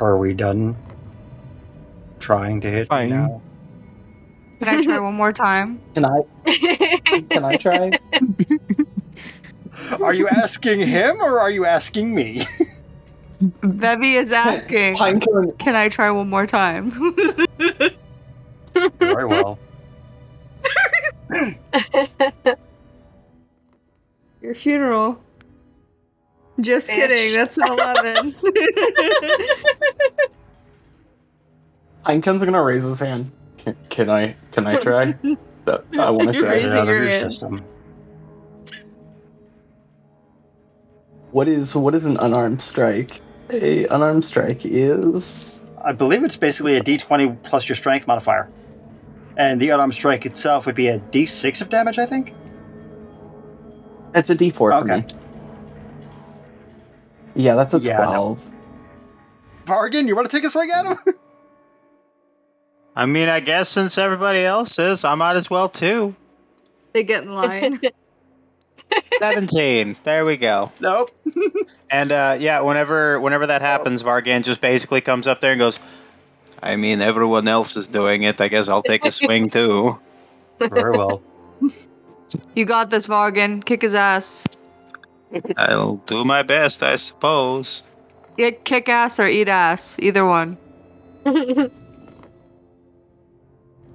[SPEAKER 1] Are we done trying to hit me
[SPEAKER 4] Fine.
[SPEAKER 1] now?
[SPEAKER 5] Can I try one more time?
[SPEAKER 3] Can I? Can I try?
[SPEAKER 1] Are you asking him or are you asking me?
[SPEAKER 5] Bevy is asking.
[SPEAKER 3] Pinecone.
[SPEAKER 5] Can I try one more time?
[SPEAKER 1] Very well.
[SPEAKER 5] Your funeral. Just
[SPEAKER 6] Bitch.
[SPEAKER 5] kidding. That's an eleven.
[SPEAKER 3] Pinecone's gonna raise his hand. Can, can I? Can I try? That- I want to
[SPEAKER 5] You're
[SPEAKER 1] Get
[SPEAKER 3] try.
[SPEAKER 1] it out of
[SPEAKER 5] raising
[SPEAKER 1] your
[SPEAKER 5] your hand.
[SPEAKER 1] system.
[SPEAKER 3] What is what is an unarmed strike? A unarmed strike is
[SPEAKER 1] I believe it's basically a d20 plus your strength modifier. And the unarmed strike itself would be a d6 of damage, I think?
[SPEAKER 3] that's a D four for
[SPEAKER 1] Okay.
[SPEAKER 3] me. Yeah, that's a
[SPEAKER 1] Yeah, no.
[SPEAKER 3] twelve.
[SPEAKER 1] Vargan, you want to take a swing at him?
[SPEAKER 9] I mean, I guess since everybody else is, I might as well too.
[SPEAKER 5] they get in line.
[SPEAKER 9] 17. There we go.
[SPEAKER 1] nope.
[SPEAKER 9] And uh, yeah, whenever whenever that happens, Vargan just basically comes up there and goes, I mean, everyone else is doing it. I guess I'll take a swing too.
[SPEAKER 1] Very well.
[SPEAKER 5] You got this, Vargan. Kick his ass.
[SPEAKER 7] I'll do my best, I suppose.
[SPEAKER 5] Yeah, kick ass or eat ass. Either one.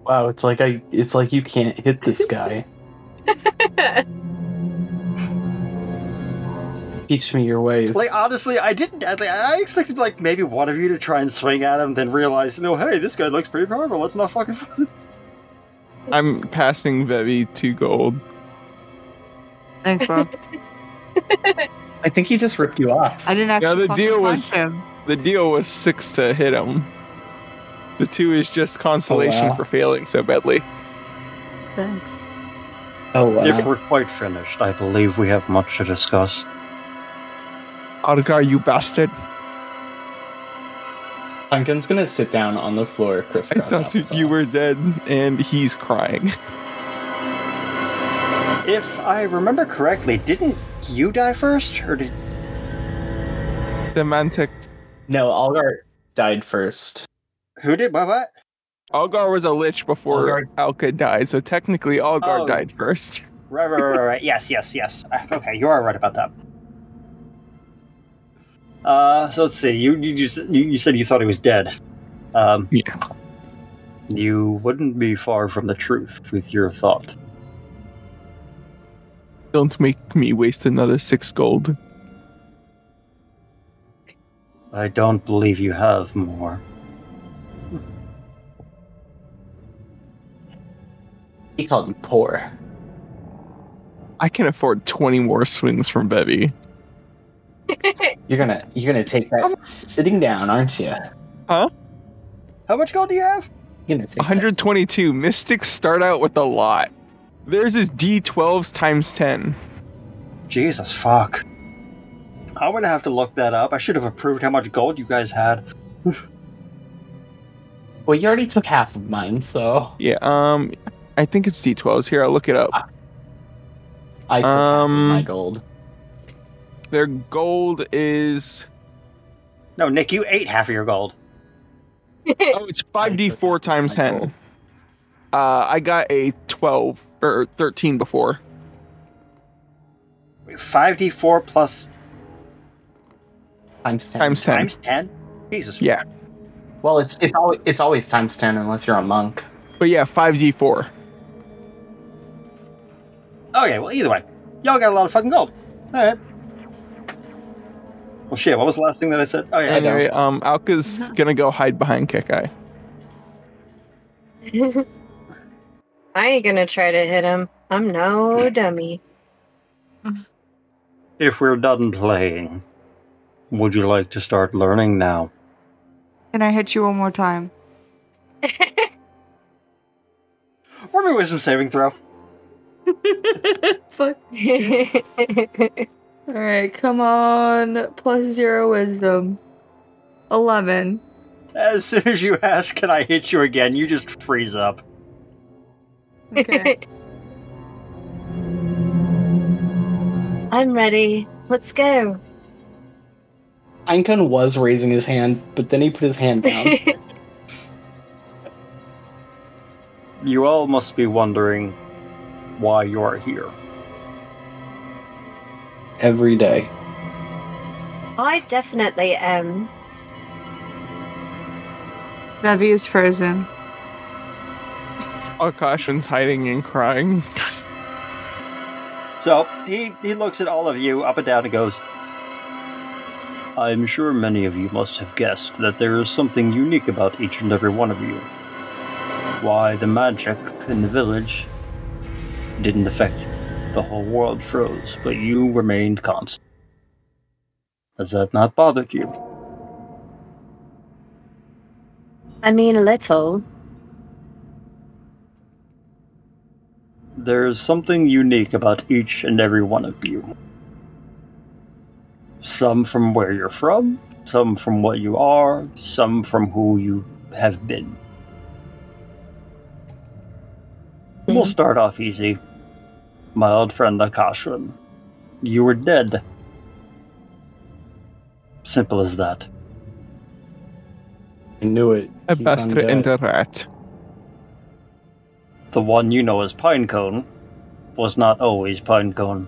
[SPEAKER 3] Wow, it's like I it's like you can't hit this guy. Teach me your ways.
[SPEAKER 1] Like uh, honestly, I didn't. I, I expected like maybe one of you to try and swing at him, then realize, no, hey, this guy looks pretty powerful. Let's not fucking.
[SPEAKER 4] I'm passing Vevi two gold.
[SPEAKER 5] Thanks, bro.
[SPEAKER 3] I think he just ripped you off.
[SPEAKER 5] I didn't actually.
[SPEAKER 4] the
[SPEAKER 5] fucking
[SPEAKER 4] deal
[SPEAKER 5] punch
[SPEAKER 4] was-
[SPEAKER 5] him.
[SPEAKER 4] The deal was six to hit him. The two is just consolation
[SPEAKER 3] Oh, wow.
[SPEAKER 4] for failing so badly.
[SPEAKER 5] Thanks.
[SPEAKER 3] Oh wow.
[SPEAKER 1] If we're quite finished, I believe we have much to discuss.
[SPEAKER 4] Argar, you bastard!
[SPEAKER 3] Pumpkin's gonna sit down on the floor,
[SPEAKER 4] I
[SPEAKER 3] crisscross.
[SPEAKER 4] thought you- you were
[SPEAKER 3] applesauce.
[SPEAKER 4] dead, and he's crying.
[SPEAKER 1] If I remember correctly, didn't you die first, or did?
[SPEAKER 4] Semantics.
[SPEAKER 3] No, Algar died first.
[SPEAKER 1] Who did? What? What?
[SPEAKER 4] Algar was a lich before
[SPEAKER 3] Algar-
[SPEAKER 4] Alka died, so technically Algar
[SPEAKER 1] Oh.
[SPEAKER 4] died first.
[SPEAKER 1] Right, right, right, right, right. Yes, yes, yes. Uh, Okay, you are right about that. Uh, so let's see. You you just you, you said you thought he was dead. Um,
[SPEAKER 4] Yeah.
[SPEAKER 1] You wouldn't be far from the truth with your thought.
[SPEAKER 4] Don't make me waste another six gold.
[SPEAKER 1] I don't believe you have more.
[SPEAKER 3] He called him poor.
[SPEAKER 4] I can afford 20 more swings from Bevy.
[SPEAKER 3] You're gonna you're gonna take that sitting down, aren't you?
[SPEAKER 1] How much gold do you have?
[SPEAKER 3] You're gonna take that-
[SPEAKER 4] 122. Mystics start out with a lot. Theirs is D12s times 10.
[SPEAKER 1] Jesus fuck. I'm gonna have to look that up. I should have approved how much gold you guys had.
[SPEAKER 3] Well, you already took half of mine, so
[SPEAKER 4] Yeah, um, I think it's D12s. Here, I'll look it up.
[SPEAKER 3] I took
[SPEAKER 4] Um,
[SPEAKER 3] half of my gold.
[SPEAKER 4] Their gold is.
[SPEAKER 1] No, Nick, you ate half of your gold.
[SPEAKER 4] Oh, it's 5D4 times
[SPEAKER 3] My
[SPEAKER 4] 10.
[SPEAKER 3] gold.
[SPEAKER 4] Uh, I got a 12 or 13 before.
[SPEAKER 1] 5d4 plus
[SPEAKER 3] Times ten.
[SPEAKER 4] Times 10.
[SPEAKER 1] times 10? Jesus.
[SPEAKER 4] Yeah.
[SPEAKER 3] Well, it's it's always it's always times ten unless you're a monk.
[SPEAKER 4] But yeah, 5D4.
[SPEAKER 1] Okay, Oh, well, either way. Y'all got a lot of fucking gold. Alright. Well, shit, what was the last thing that I said? Oh, yeah.
[SPEAKER 3] I know.
[SPEAKER 4] Anyway, um, Alka's gonna go hide behind Kekai.
[SPEAKER 6] I ain't gonna try to hit him. I'm no dummy.
[SPEAKER 1] If we're done playing, would you like to start learning now?
[SPEAKER 5] Can I hit you one more time?
[SPEAKER 1] Or maybe wisdom saving throw.
[SPEAKER 5] Fuck. All right, come on. Plus zero wisdom. Eleven.
[SPEAKER 1] As soon as you ask, can I hit you again, you just freeze up.
[SPEAKER 5] Okay.
[SPEAKER 6] I'm ready. Let's go.
[SPEAKER 3] Pinecone was raising his hand, but then he put his hand down.
[SPEAKER 1] You all must be wondering why you are here.
[SPEAKER 3] Every day.
[SPEAKER 6] I definitely am.
[SPEAKER 5] Bevy is frozen.
[SPEAKER 4] Akashin's hiding and crying.
[SPEAKER 1] So he, he looks at all of you up and down and goes, I'm sure many of you must have guessed that there is something unique about each and every one of you. Why the magic in the village didn't affect you. The whole world froze, but you remained constant. Has that not bothered you?
[SPEAKER 6] I mean, a little.
[SPEAKER 1] There's something unique about each and every one of you. Some from where you're from, some from what you are, some from who you have been. We'll start off easy. My old friend Akashram, you were dead. Simple as that.
[SPEAKER 3] I knew it. He's
[SPEAKER 4] Abastra
[SPEAKER 3] undead.
[SPEAKER 4] and the rat.
[SPEAKER 1] The one you know as Pinecone was not always Pinecone.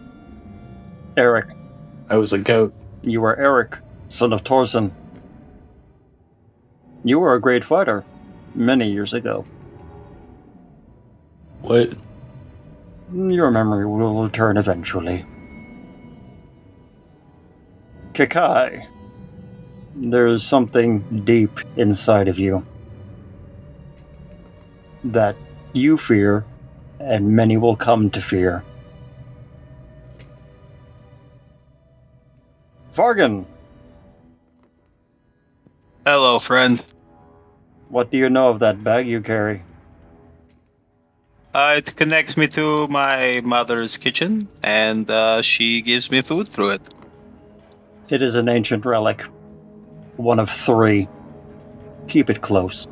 [SPEAKER 1] Eric,
[SPEAKER 3] I was a goat.
[SPEAKER 1] you were Eric, son of Torsen. You were a great fighter many years ago.
[SPEAKER 3] What?
[SPEAKER 1] Your memory will return eventually. Kakai, there's something deep inside of you that you fear, and many will come to fear. Vargan,
[SPEAKER 7] Hello, friend.
[SPEAKER 1] what do you know of that bag you carry?
[SPEAKER 7] Uh, it connects me to my mother's kitchen, and uh, she gives me food through it.
[SPEAKER 1] It is an ancient relic. One of three. Keep it close.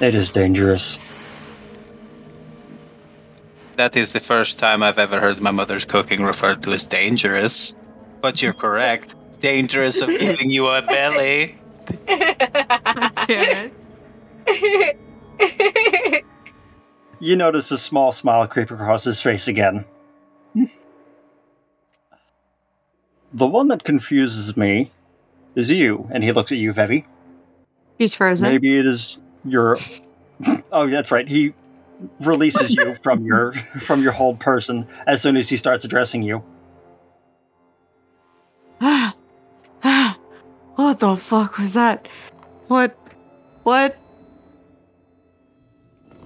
[SPEAKER 1] It is dangerous.
[SPEAKER 7] That is the first time I've ever heard my mother's cooking referred to as dangerous. But you're correct. Dangerous of giving you a belly.
[SPEAKER 5] Karen.
[SPEAKER 1] You notice a small smile creep across his face again. the one that confuses me is you, and he looks at you, Vevi.
[SPEAKER 5] He's frozen.
[SPEAKER 1] Maybe it is your. oh, that's right. He releases you from your from your hold person as soon as he starts addressing you.
[SPEAKER 5] Ah, ah, what the fuck was that? What? What?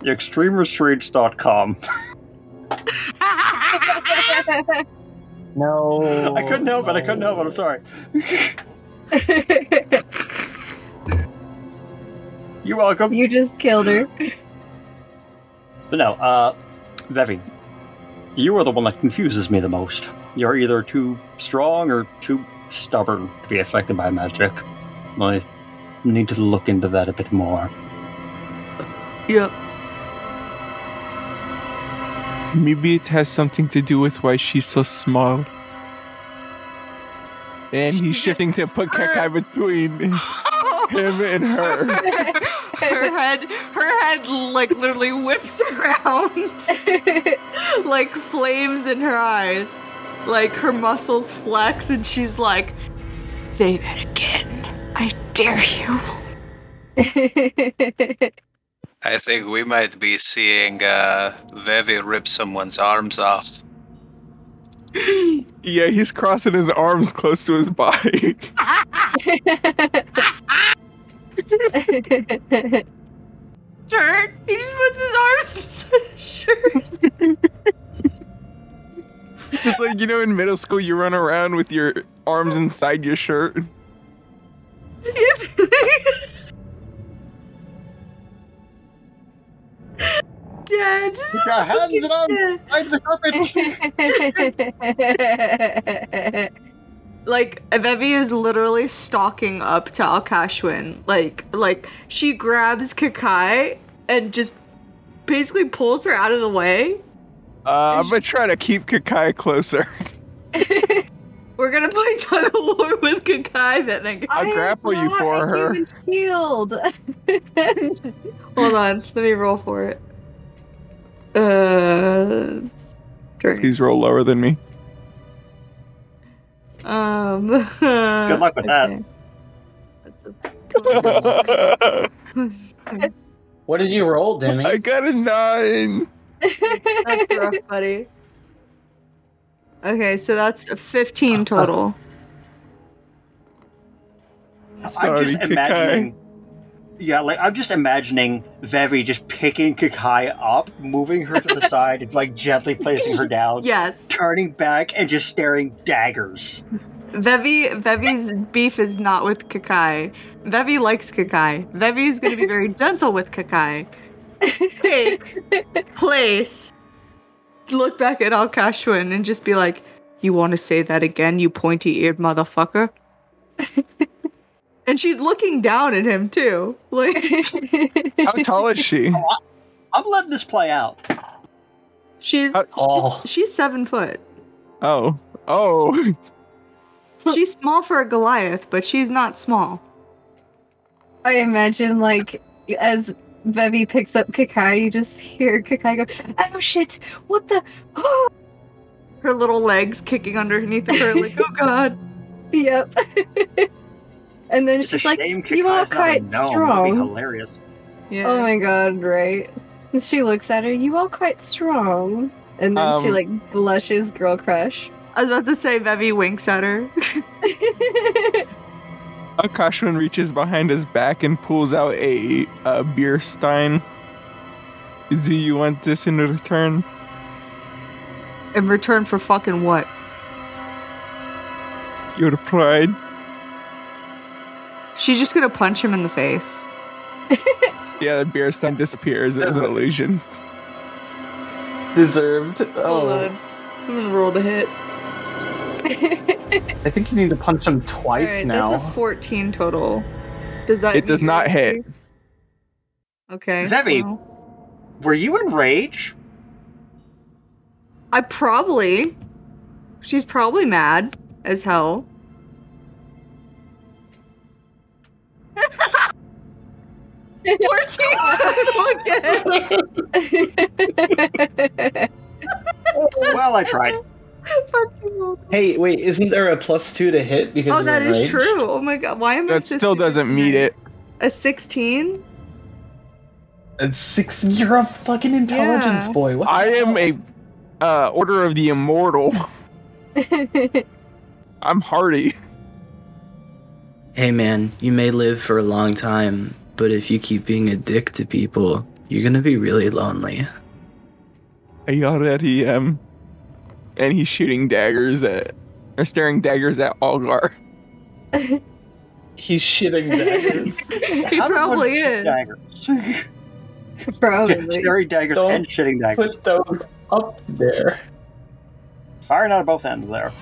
[SPEAKER 1] Extremerstraits.com.
[SPEAKER 3] No.
[SPEAKER 1] I couldn't help it. I couldn't help it. I'm sorry. You're welcome.
[SPEAKER 6] you just killed her.
[SPEAKER 1] But no, uh, Vevi, you are the one that confuses me the most. You're either too strong or too stubborn to be affected by magic. I need to look into that a bit more.
[SPEAKER 5] Yep.
[SPEAKER 4] Maybe it has something to do with why she's so small. And he's shifting to put Kekai between him and her.
[SPEAKER 5] her head, her head, like literally whips around, like flames in her eyes, like her muscles flex, and she's like, "Say that again, I dare you."
[SPEAKER 7] I think we might be seeing uh, Vevi rip someone's arms off.
[SPEAKER 4] Yeah, he's crossing his arms close to his body.
[SPEAKER 5] Shirt. He just puts his arms inside his shirt.
[SPEAKER 4] It's like, you know, in middle school, you run around with your arms inside your shirt.
[SPEAKER 5] Dead.
[SPEAKER 1] Put your hands and arms
[SPEAKER 5] Dead.
[SPEAKER 1] behind the carpet!
[SPEAKER 5] like Vevi is literally stalking up to Alkashwin. Like like she grabs Kakai and just basically pulls her out of the way.
[SPEAKER 4] Uh, I'm gonna try to keep Kakai closer.
[SPEAKER 5] We're gonna play tug of war with Kakai then. I guess.
[SPEAKER 4] I'll grapple you for her.
[SPEAKER 6] Shield.
[SPEAKER 5] Hold on, let me roll for it. Uh, drink.
[SPEAKER 4] Please roll lower than me.
[SPEAKER 5] Um. Good
[SPEAKER 1] luck with that.
[SPEAKER 5] that. That's a.
[SPEAKER 3] What did you roll, Demi?
[SPEAKER 4] I got a nine.
[SPEAKER 5] That's rough, buddy. Okay, so that's 15 total.
[SPEAKER 4] Sorry,
[SPEAKER 1] I'm just
[SPEAKER 4] Kakai.
[SPEAKER 1] imagining. Yeah, like I'm just imagining Vevi just picking Kakai up, moving her to the side, and like gently placing her down,
[SPEAKER 5] Yes.
[SPEAKER 1] turning back, and just staring daggers.
[SPEAKER 5] Vevi Vevi's beef is not with Kakai. Vevi likes Kakai. Vevi is going to be very gentle with Kakai. Take place. Look back at Alkashwin and just be like, "You want to say that again, you pointy-eared motherfucker?" and she's looking down at him too. Like
[SPEAKER 4] How tall is she?
[SPEAKER 1] I'm letting this play out.
[SPEAKER 5] she's
[SPEAKER 4] Uh,
[SPEAKER 3] oh.
[SPEAKER 5] she's, she's 7 foot.
[SPEAKER 4] Oh, oh,
[SPEAKER 5] She's small for a Goliath, but she's not small.
[SPEAKER 6] I imagine like as Bevy picks up Kakai, you just hear Kakai go, "Oh shit! What the?
[SPEAKER 5] Her little legs kicking underneath of her like, "Oh god."
[SPEAKER 6] yep." and then
[SPEAKER 1] It's
[SPEAKER 6] she's
[SPEAKER 1] a
[SPEAKER 6] like,
[SPEAKER 1] shame
[SPEAKER 6] "You are
[SPEAKER 1] Kakai's not a gnome. That'd
[SPEAKER 6] quite
[SPEAKER 1] be
[SPEAKER 6] strong."
[SPEAKER 1] hilarious.
[SPEAKER 5] Yeah.
[SPEAKER 6] Oh my god! Right? And she looks at her. You are quite strong. And then she
[SPEAKER 4] Um,
[SPEAKER 6] like blushes, girl crush.
[SPEAKER 5] I was about to say Vevi winks at her.
[SPEAKER 4] Akashwin reaches behind his back and pulls out a, a beer stein. Do you want this in return?
[SPEAKER 5] In return for fucking what?
[SPEAKER 4] Your pride?
[SPEAKER 5] She's just gonna punch him in the face.
[SPEAKER 4] Yeah, the beer stein disappears as an illusion.
[SPEAKER 3] Deserved.
[SPEAKER 5] Hold
[SPEAKER 3] Oh,
[SPEAKER 5] on. I'm gonna roll to hit.
[SPEAKER 3] I think you need to punch him twice
[SPEAKER 5] Alright,
[SPEAKER 3] now.
[SPEAKER 5] That's a 14 total. Does that
[SPEAKER 4] It does
[SPEAKER 5] mean-
[SPEAKER 4] not hit.
[SPEAKER 5] Okay.
[SPEAKER 1] Vevi.
[SPEAKER 5] well,
[SPEAKER 1] Were you in rage?
[SPEAKER 5] I probably she's probably mad as hell. Fourteen total again.
[SPEAKER 1] Well, I tried.
[SPEAKER 5] Fucking roll.
[SPEAKER 3] Hey, wait, isn't there a plus two to hit because
[SPEAKER 5] Oh,
[SPEAKER 3] you're
[SPEAKER 5] that is
[SPEAKER 3] enraged?
[SPEAKER 5] true. Oh my god, why am I?
[SPEAKER 4] That still doesn't meet it.
[SPEAKER 5] A sixteen?
[SPEAKER 3] It's six. You're a fucking intelligence
[SPEAKER 5] Yeah.
[SPEAKER 3] boy. What
[SPEAKER 4] I am a uh, Order of the Immortal. I'm hardy.
[SPEAKER 10] Hey man, you may live for a long time, but if you keep being a dick to people, you're gonna be really lonely.
[SPEAKER 4] I already am. And he's shooting daggers at, or staring daggers at Algar.
[SPEAKER 3] He's shitting daggers.
[SPEAKER 5] he
[SPEAKER 1] How did one
[SPEAKER 5] probably
[SPEAKER 1] shoot
[SPEAKER 5] is.
[SPEAKER 1] Daggers.
[SPEAKER 6] Probably.
[SPEAKER 1] Staring daggers
[SPEAKER 3] Don't
[SPEAKER 1] and shitting daggers.
[SPEAKER 3] Put those up there.
[SPEAKER 1] Firing out of both ends there.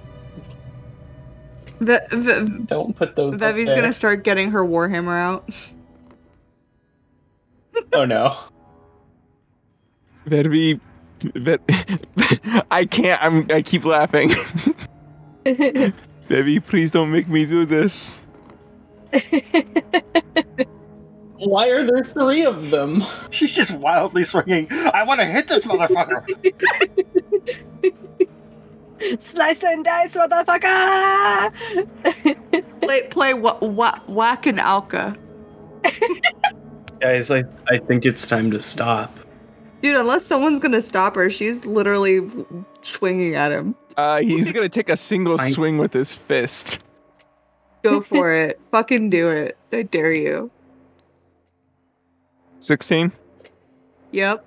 [SPEAKER 5] Ve- Ve-
[SPEAKER 3] Don't put those. up
[SPEAKER 5] Vevi's
[SPEAKER 3] there.
[SPEAKER 5] gonna start getting her warhammer out.
[SPEAKER 3] Oh no.
[SPEAKER 4] Verbi, Ver, I can't. I'm. I keep laughing. Verbi, please don't make me do this.
[SPEAKER 3] Why are there three of them?
[SPEAKER 1] She's just wildly swinging. I want to hit this motherfucker.
[SPEAKER 6] Slice and dice, motherfucker!
[SPEAKER 5] Play play wha- wha- whack and alka,
[SPEAKER 10] Guys, I, I think it's time to stop.
[SPEAKER 5] dude. Unless someone's gonna stop her, she's literally w- swinging at him.
[SPEAKER 4] Uh, he's gonna take a single
[SPEAKER 10] I-
[SPEAKER 4] swing with his fist.
[SPEAKER 5] Go for it. Fucking do it. I dare you.
[SPEAKER 4] Sixteen.
[SPEAKER 5] Yep.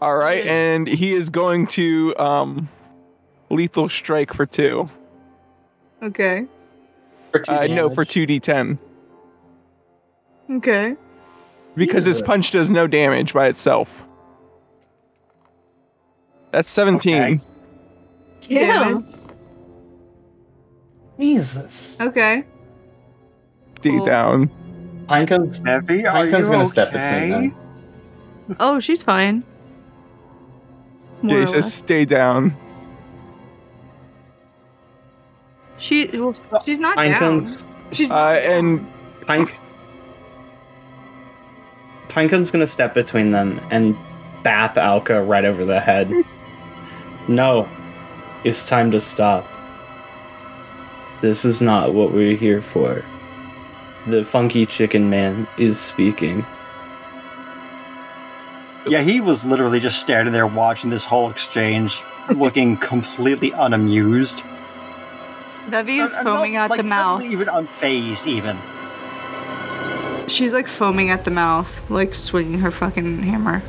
[SPEAKER 4] All right, and he is going to um, lethal strike for two.
[SPEAKER 5] Okay.
[SPEAKER 3] For two
[SPEAKER 4] Uh, no, for
[SPEAKER 3] damage.
[SPEAKER 4] two d10
[SPEAKER 5] Okay.
[SPEAKER 4] because his punch does no damage by itself. That's seventeen.
[SPEAKER 1] Okay.
[SPEAKER 5] Damn.
[SPEAKER 3] Jesus.
[SPEAKER 5] Okay.
[SPEAKER 4] D
[SPEAKER 5] Cool.
[SPEAKER 4] down.
[SPEAKER 3] Pinecone's
[SPEAKER 1] Heavy, are you
[SPEAKER 3] Pinecone's gonna
[SPEAKER 1] okay?
[SPEAKER 3] step between them.
[SPEAKER 5] Oh, she's fine. More or
[SPEAKER 4] Jay says,
[SPEAKER 5] less.
[SPEAKER 4] "Stay down."
[SPEAKER 5] She well, she's not
[SPEAKER 3] Pine
[SPEAKER 5] down.
[SPEAKER 3] cones.
[SPEAKER 5] She's
[SPEAKER 4] Uh, and
[SPEAKER 3] Pine. Pinecone's gonna step between them and bap Alka right over the head. no, it's time to stop. This is not what we're here for. The funky chicken man is speaking.
[SPEAKER 1] Yeah, he was literally just standing there watching this whole exchange, looking completely unamused.
[SPEAKER 5] Bevy is
[SPEAKER 1] And- and
[SPEAKER 5] foaming
[SPEAKER 1] not,
[SPEAKER 5] at
[SPEAKER 1] Uh, like,
[SPEAKER 5] the mouth.
[SPEAKER 1] not even unfazed, even.
[SPEAKER 5] She's like foaming at the mouth, like swinging her fucking hammer.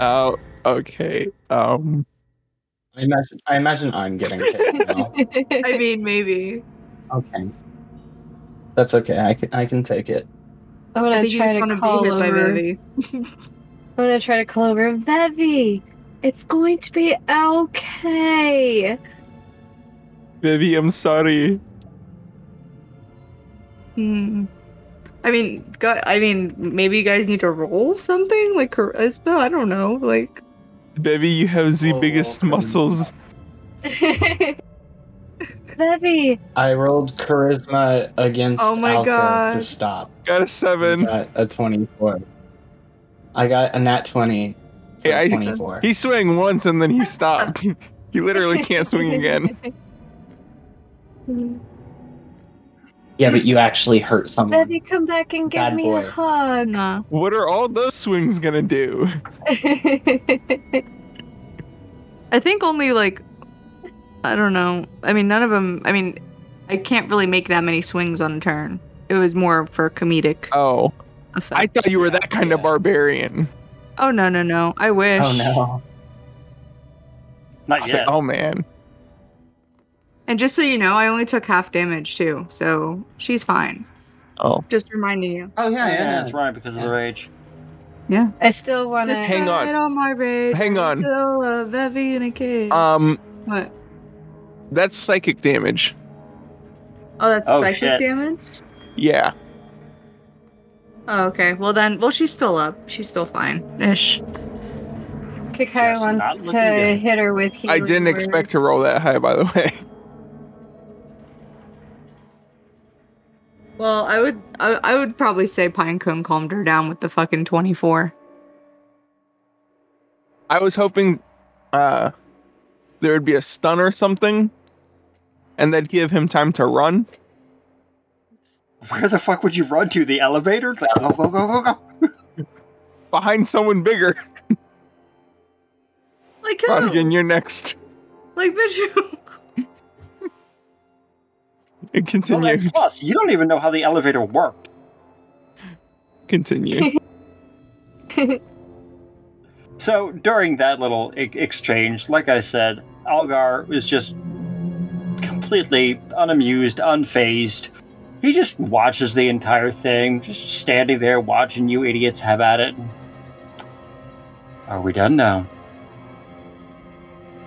[SPEAKER 4] oh, okay. Um,
[SPEAKER 3] I imagine. I imagine I'm getting hit. now.
[SPEAKER 5] I mean, maybe.
[SPEAKER 3] okay. That's okay. I can. I can take it.
[SPEAKER 6] I'm
[SPEAKER 5] I
[SPEAKER 6] gonna
[SPEAKER 5] think you
[SPEAKER 6] try
[SPEAKER 5] just
[SPEAKER 6] to
[SPEAKER 5] want to
[SPEAKER 6] call
[SPEAKER 5] be hit by
[SPEAKER 6] over.
[SPEAKER 5] Bevy.
[SPEAKER 6] I'm gonna try to call over Bevy. It's going to be okay.
[SPEAKER 4] Vivi, I'm sorry.
[SPEAKER 5] Hmm. I mean, gu- I mean, maybe you guys need to roll something like charisma. I don't know. Like,
[SPEAKER 4] Vivi, you have the
[SPEAKER 3] Oh,
[SPEAKER 4] biggest
[SPEAKER 3] okay.
[SPEAKER 4] muscles.
[SPEAKER 6] Bevy,
[SPEAKER 3] I rolled charisma against
[SPEAKER 5] Oh my
[SPEAKER 3] Alka to
[SPEAKER 5] God.
[SPEAKER 3] stop.
[SPEAKER 4] Got a
[SPEAKER 3] I
[SPEAKER 4] seven.
[SPEAKER 3] got a twenty-four. I got a nat twenty. for
[SPEAKER 4] Yeah, I-
[SPEAKER 3] twenty-four.
[SPEAKER 4] He swung once and then he stopped. he literally can't swing again.
[SPEAKER 3] yeah, but you actually hurt someone.
[SPEAKER 6] Bevy, come back and give
[SPEAKER 3] Bad
[SPEAKER 6] me
[SPEAKER 3] boy.
[SPEAKER 6] a hug.
[SPEAKER 5] nah.
[SPEAKER 4] What are all those swings gonna do?
[SPEAKER 5] I think only like, I don't know. I mean, none of them. I mean, I can't really make that many swings on a turn. It was more for comedic
[SPEAKER 3] Uh,
[SPEAKER 4] Oh, I
[SPEAKER 5] effect.
[SPEAKER 4] thought you were that kind of barbarian.
[SPEAKER 5] oh no, no, no! I wish.
[SPEAKER 3] Oh no.
[SPEAKER 4] I
[SPEAKER 1] Not
[SPEAKER 4] was
[SPEAKER 1] yet.
[SPEAKER 4] like, oh man.
[SPEAKER 5] And just so you know, I only took half damage too, so she's fine.
[SPEAKER 4] Oh,
[SPEAKER 5] Just reminding you.
[SPEAKER 3] Oh yeah,
[SPEAKER 1] yeah,
[SPEAKER 3] yeah.
[SPEAKER 1] that's right, because of the rage.
[SPEAKER 6] I still want
[SPEAKER 5] Just
[SPEAKER 6] to.
[SPEAKER 4] hang on.
[SPEAKER 5] ride my rage.
[SPEAKER 4] Hang
[SPEAKER 5] I
[SPEAKER 4] on.
[SPEAKER 5] Still a bevy in a cage.
[SPEAKER 4] um,
[SPEAKER 5] what?
[SPEAKER 4] that's psychic damage.
[SPEAKER 5] Oh, that's
[SPEAKER 1] Oh,
[SPEAKER 5] psychic
[SPEAKER 1] shit.
[SPEAKER 5] damage.
[SPEAKER 4] Yeah.
[SPEAKER 5] Oh, okay. Well then, well she's still up. She's still fine ish.
[SPEAKER 6] Kakai
[SPEAKER 1] Just not
[SPEAKER 6] wants
[SPEAKER 1] looking
[SPEAKER 6] to
[SPEAKER 1] good.
[SPEAKER 6] hit her with healing
[SPEAKER 4] I didn't
[SPEAKER 6] word.
[SPEAKER 4] expect to roll that high, by the way.
[SPEAKER 5] Well, I would, I, I would probably say Pinecone calmed her down with the fucking twenty-four.
[SPEAKER 4] I was hoping uh, there would be a stun or something, and that'd give him time to run.
[SPEAKER 1] Where the fuck would you run to? The elevator? Like, go, go, go, go, go.
[SPEAKER 4] Behind someone bigger.
[SPEAKER 5] Like who?
[SPEAKER 4] Again, you're next.
[SPEAKER 5] Like bitch. who?
[SPEAKER 1] Well,
[SPEAKER 4] Continue.
[SPEAKER 1] then, plus, you don't even know how the elevator worked.
[SPEAKER 4] Continue.
[SPEAKER 1] So during that little e- exchange, like I said, Algar was just completely unamused, unfazed. He just watches the entire thing, just standing there watching you idiots have at it. Are we done now?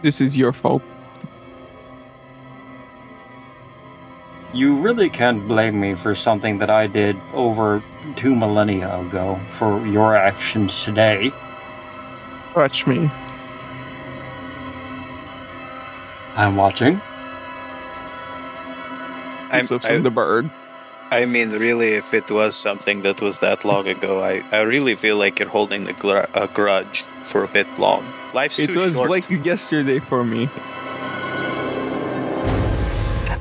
[SPEAKER 4] this is your fault.
[SPEAKER 1] You really can't blame me for something that I did over two millennia ago for your actions today.
[SPEAKER 4] Watch me.
[SPEAKER 1] I'm watching.
[SPEAKER 4] I'm,
[SPEAKER 7] I'm,
[SPEAKER 4] the
[SPEAKER 7] I,
[SPEAKER 4] bird.
[SPEAKER 7] I mean, really, if it was something that was that long ago, I, I really feel like you're holding the gr- a grudge for a bit long. Life's
[SPEAKER 4] It
[SPEAKER 7] too
[SPEAKER 4] was
[SPEAKER 7] short.
[SPEAKER 4] like yesterday for me.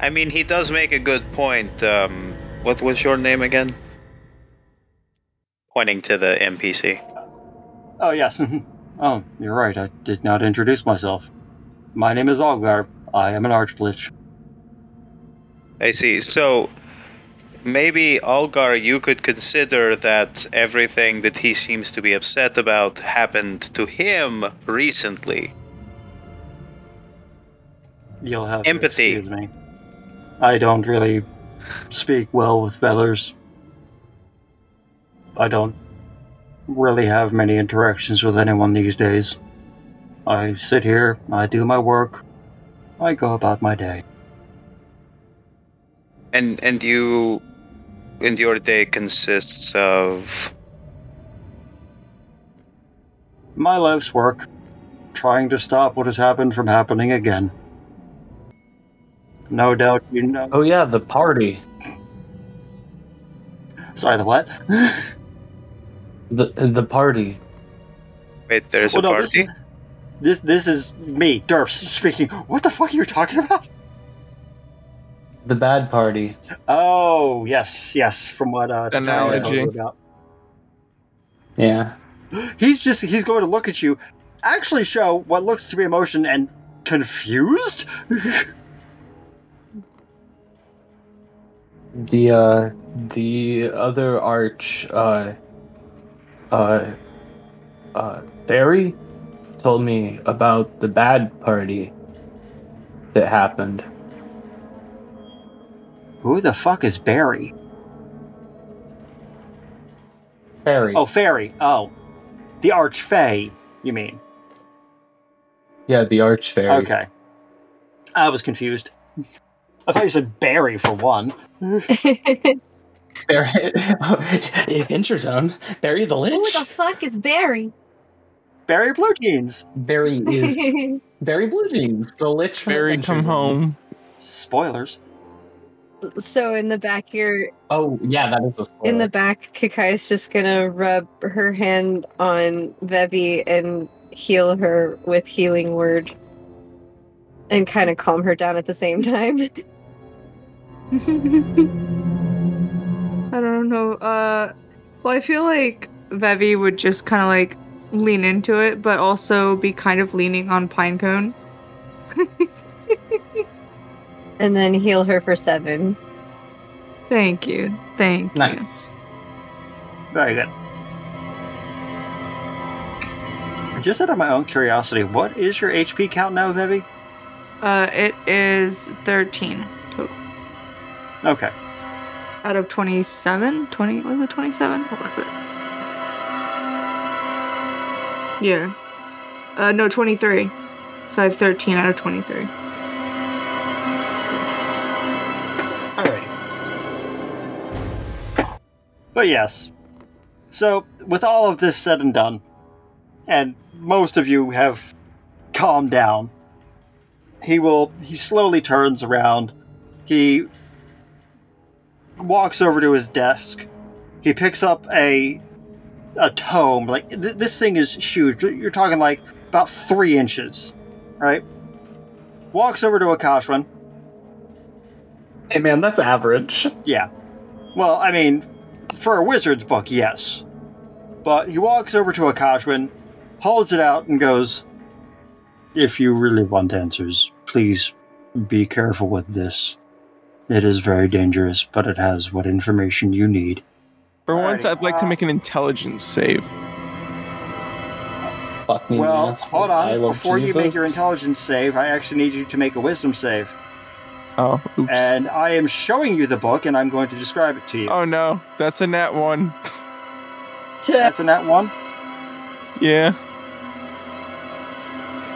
[SPEAKER 7] I mean, he does make a good point. Um, what was your name again? Pointing to the NPC.
[SPEAKER 1] Oh, yes. oh, you're right. I did not introduce myself. My name is Algar. I am an Archlich.
[SPEAKER 7] I see. So maybe Algar, you could consider that everything that he seems to be upset about happened to him recently.
[SPEAKER 1] You'll have
[SPEAKER 7] Empathy.
[SPEAKER 1] To excuse me. I don't really speak well with Bellers. I don't really have many interactions with anyone these days. I sit here, I do my work, I go about my day.
[SPEAKER 7] And and you and your day consists of
[SPEAKER 1] My life's work, trying to stop what has happened from happening again. No doubt you know.
[SPEAKER 3] Oh yeah, the party.
[SPEAKER 1] Sorry, the what?
[SPEAKER 3] The the party.
[SPEAKER 7] Wait, there's
[SPEAKER 1] Well,
[SPEAKER 7] a
[SPEAKER 1] no, this-
[SPEAKER 7] party?
[SPEAKER 1] This this is me, Derps, speaking. What the fuck are you talking about?
[SPEAKER 3] The bad party.
[SPEAKER 1] Oh, yes, yes, from what uh Tatiana told
[SPEAKER 4] Analogy.
[SPEAKER 1] you about.
[SPEAKER 3] Yeah.
[SPEAKER 1] He's just he's going to look at you, actually show what looks to be emotion and confused?
[SPEAKER 3] The uh the other arch uh uh uh Barry told me about the bad party that happened.
[SPEAKER 1] Who the fuck is Barry?
[SPEAKER 3] Barry.
[SPEAKER 1] Oh, Fairy. Oh. The Archfey, you mean.
[SPEAKER 3] yeah, the arch fairy.
[SPEAKER 1] Okay. I was confused. I thought you said Barry for one.
[SPEAKER 3] Barry Adventure Zone. Barry the
[SPEAKER 6] Who
[SPEAKER 3] Lich.
[SPEAKER 6] the fuck is Barry?
[SPEAKER 1] Barry Blue Jeans.
[SPEAKER 3] Barry is Barry Blue Jeans, the Lich from
[SPEAKER 4] Barry,
[SPEAKER 3] Adventure
[SPEAKER 4] come
[SPEAKER 3] Zone.
[SPEAKER 4] home.
[SPEAKER 1] Spoilers.
[SPEAKER 6] so in the back, you're
[SPEAKER 3] Oh yeah, that is a spoiler.
[SPEAKER 6] in the back. Kakai's just gonna rub her hand on Vevi and heal her with healing word, and kind of calm her down at the same time.
[SPEAKER 5] I don't know. Uh, well, I feel like Vevi would just kind of like lean into it, but also be kind of leaning on Pinecone.
[SPEAKER 6] and then heal her for seven.
[SPEAKER 5] Thank you. Thank
[SPEAKER 3] nice.
[SPEAKER 1] Very good. Just out of my own curiosity, what is your HP count now, Vivi?
[SPEAKER 5] you. Uh, it is 13 total
[SPEAKER 1] Okay.
[SPEAKER 5] out of 27. 20 was it 27? What was it? Yeah. Uh, no, 23. So I have 13 out of 23.
[SPEAKER 1] Alrighty. But yes. So, with all of this said and done, and most of you have calmed down, he will. He slowly turns around. He walks over to his desk. He picks up a a tome. Like th- this thing is huge. You're talking like about three inches, right? Walks over to Akashwan.
[SPEAKER 3] Hey man, that's average.
[SPEAKER 1] Yeah. Well, I mean, for a wizard's book, yes. But he walks over to Akashwin, holds it out, and goes, If you really want answers, please be careful with this. It is very dangerous, but it has what information you need.
[SPEAKER 4] For once,
[SPEAKER 1] Alrighty.
[SPEAKER 4] I'd like to make an intelligence save.
[SPEAKER 3] Fuck me. man,
[SPEAKER 1] well,
[SPEAKER 3] that's
[SPEAKER 1] hold
[SPEAKER 3] what I
[SPEAKER 1] on.
[SPEAKER 3] love,
[SPEAKER 1] Before you make your
[SPEAKER 3] Jesus.
[SPEAKER 1] intelligence save, I actually need you to make a wisdom save.
[SPEAKER 4] Oh, oops.
[SPEAKER 7] Uh,
[SPEAKER 1] And I am showing you the book, and I'm going to describe it to you.
[SPEAKER 4] oh no, that's a nat one.
[SPEAKER 1] That's in that one?
[SPEAKER 4] Yeah.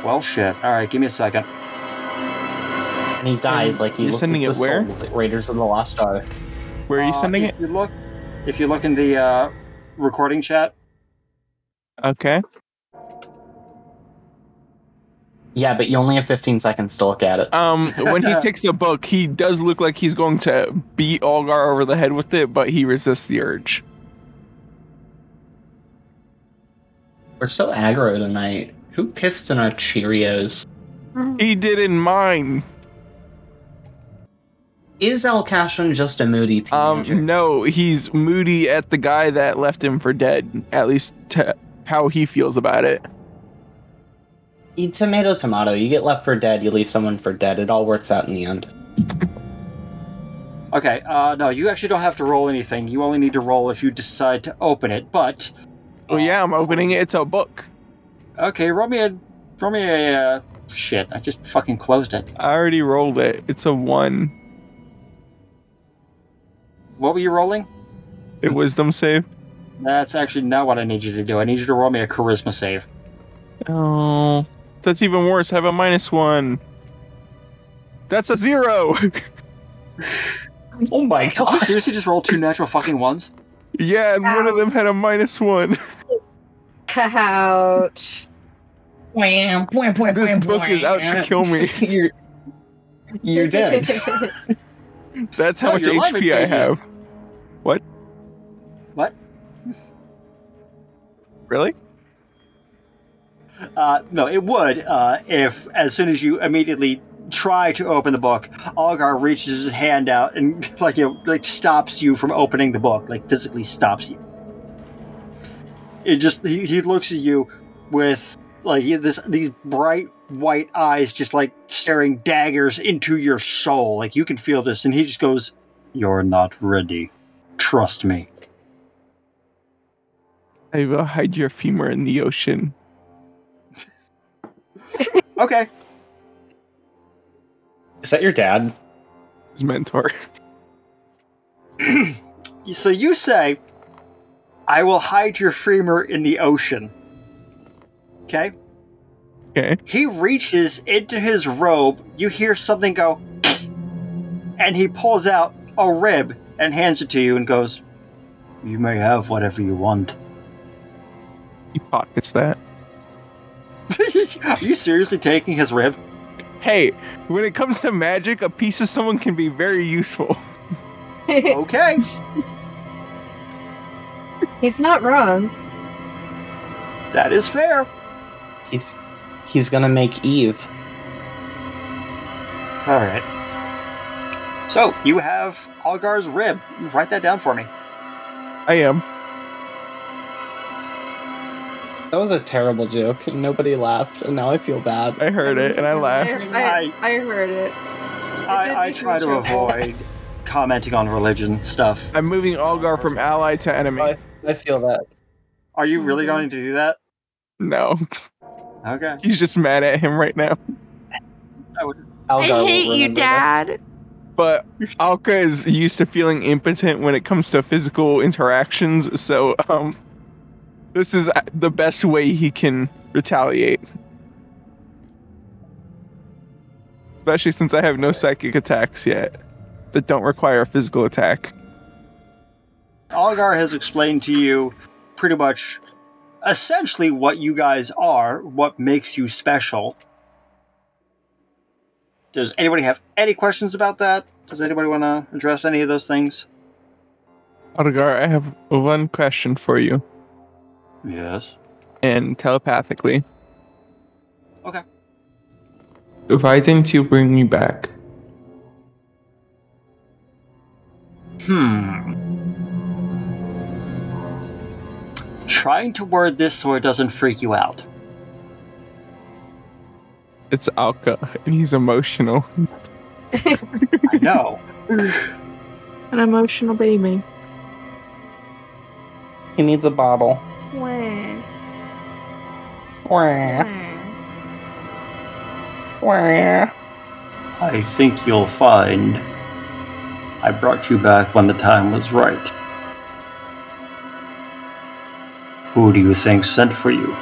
[SPEAKER 1] Well, shit. All right, give me a second.
[SPEAKER 3] And he dies like he
[SPEAKER 4] You're
[SPEAKER 3] looked
[SPEAKER 4] sending
[SPEAKER 3] at
[SPEAKER 4] it
[SPEAKER 3] the
[SPEAKER 4] where?
[SPEAKER 3] souls at Raiders of the Lost Ark.
[SPEAKER 4] Where are you
[SPEAKER 1] Uh,
[SPEAKER 4] sending
[SPEAKER 1] if
[SPEAKER 4] it?
[SPEAKER 1] You look, if you look in the uh, recording chat,
[SPEAKER 4] Okay.
[SPEAKER 3] Yeah, but you only have 15 seconds to look at it.
[SPEAKER 4] Um, when he takes the book, he does look like he's going to beat Olgar over the head with it, but he resists the urge.
[SPEAKER 3] We're so aggro tonight. Who pissed in our Cheerios?
[SPEAKER 4] He did in mine.
[SPEAKER 3] Is El Cashon just a moody teenager?
[SPEAKER 4] Um, no, he's moody at the guy that left him for dead. At least to how he feels about it.
[SPEAKER 3] Eat tomato, tomato. You get left for dead. You leave someone for dead. It all works out in the end.
[SPEAKER 1] okay. Uh, no, you actually don't have to roll anything. You only need to roll if you decide to open it. But uh,
[SPEAKER 4] Well, Oh, yeah, I'm opening it. It's a book.
[SPEAKER 1] okay, roll me a, roll me a uh, shit. I just fucking closed it.
[SPEAKER 4] I already rolled it. It's a one.
[SPEAKER 1] What were you rolling?
[SPEAKER 4] It wisdom save.
[SPEAKER 1] That's actually not what I need you to do. I need you to roll me a charisma save.
[SPEAKER 4] Oh, that's even worse. I have a minus one. That's a zero.
[SPEAKER 3] Oh my
[SPEAKER 1] You
[SPEAKER 3] god.
[SPEAKER 1] seriously just roll two natural fucking ones?
[SPEAKER 4] yeah, and one of them had a minus one.
[SPEAKER 6] Ouch.
[SPEAKER 4] this book is out to kill me.
[SPEAKER 3] You're,
[SPEAKER 11] You're dead.
[SPEAKER 4] That's how
[SPEAKER 11] No,
[SPEAKER 4] much
[SPEAKER 11] your life
[SPEAKER 4] HP I
[SPEAKER 11] increases.
[SPEAKER 4] have. What?
[SPEAKER 1] What?
[SPEAKER 4] Really?
[SPEAKER 1] Uh, no, it would uh, if, as soon as you immediately try to open the book, Algar reaches his hand out and, like, you know, like stops you from opening the book, like physically stops you. It just he, he looks at you with like he- this these bright white eyes, just like staring daggers into your soul. Like you can feel this, and he just goes, "You're not ready. Trust me."
[SPEAKER 4] I will hide your femur in the ocean.
[SPEAKER 1] Okay.
[SPEAKER 11] Is that your dad?
[SPEAKER 4] His mentor.
[SPEAKER 1] So you say, I will hide your femur in the ocean. Okay?
[SPEAKER 4] Okay.
[SPEAKER 1] He reaches into his robe. You hear something go, and he pulls out a rib and hands it to you and goes, You may have whatever you want.
[SPEAKER 4] He pockets that.
[SPEAKER 1] Are you seriously taking his rib?
[SPEAKER 4] Hey, when it comes to magic, a piece of someone can be very useful.
[SPEAKER 1] Okay.
[SPEAKER 6] He's not wrong.
[SPEAKER 1] That is fair.
[SPEAKER 11] He's he's gonna make Eve.
[SPEAKER 1] All right. So you have Algar's rib. Write that down for me.
[SPEAKER 4] I am.
[SPEAKER 11] That was a terrible joke. and Nobody laughed, and now I feel bad.
[SPEAKER 4] I heard it and I laughed.
[SPEAKER 5] I, I, I heard it.
[SPEAKER 1] I, I try to avoid commenting on religion stuff.
[SPEAKER 4] I'm moving Algar from ally to enemy.
[SPEAKER 11] I, I feel that.
[SPEAKER 1] Are you really going to do that?
[SPEAKER 4] No,
[SPEAKER 1] Okay.
[SPEAKER 4] he's just mad at him right now.
[SPEAKER 5] I
[SPEAKER 11] Algar will
[SPEAKER 5] hate you,
[SPEAKER 11] remember this.
[SPEAKER 5] Dad.
[SPEAKER 4] But Alka is used to feeling impotent when it comes to physical interactions, so um, this is uh, the best way he can retaliate. Especially since I have no psychic attacks yet that don't require a physical attack.
[SPEAKER 1] Algar has explained to you pretty much essentially what you guys are, what makes you special. Does anybody have any questions about that? Does anybody want to address any of those things?
[SPEAKER 4] Algar, I have one question for you,
[SPEAKER 1] Yes.
[SPEAKER 4] and telepathically.
[SPEAKER 1] Okay.
[SPEAKER 4] Why didn't you bring me back?
[SPEAKER 1] Hmm. Trying to word this so it doesn't freak you out.
[SPEAKER 4] It's Alka, and he's emotional.
[SPEAKER 1] I know.
[SPEAKER 5] An emotional baby.
[SPEAKER 11] He needs a bottle.
[SPEAKER 5] Wah,
[SPEAKER 11] Wah,
[SPEAKER 5] wah.
[SPEAKER 11] wah.
[SPEAKER 1] I think you'll find I brought you back when the time was right. Who do you think sent for you?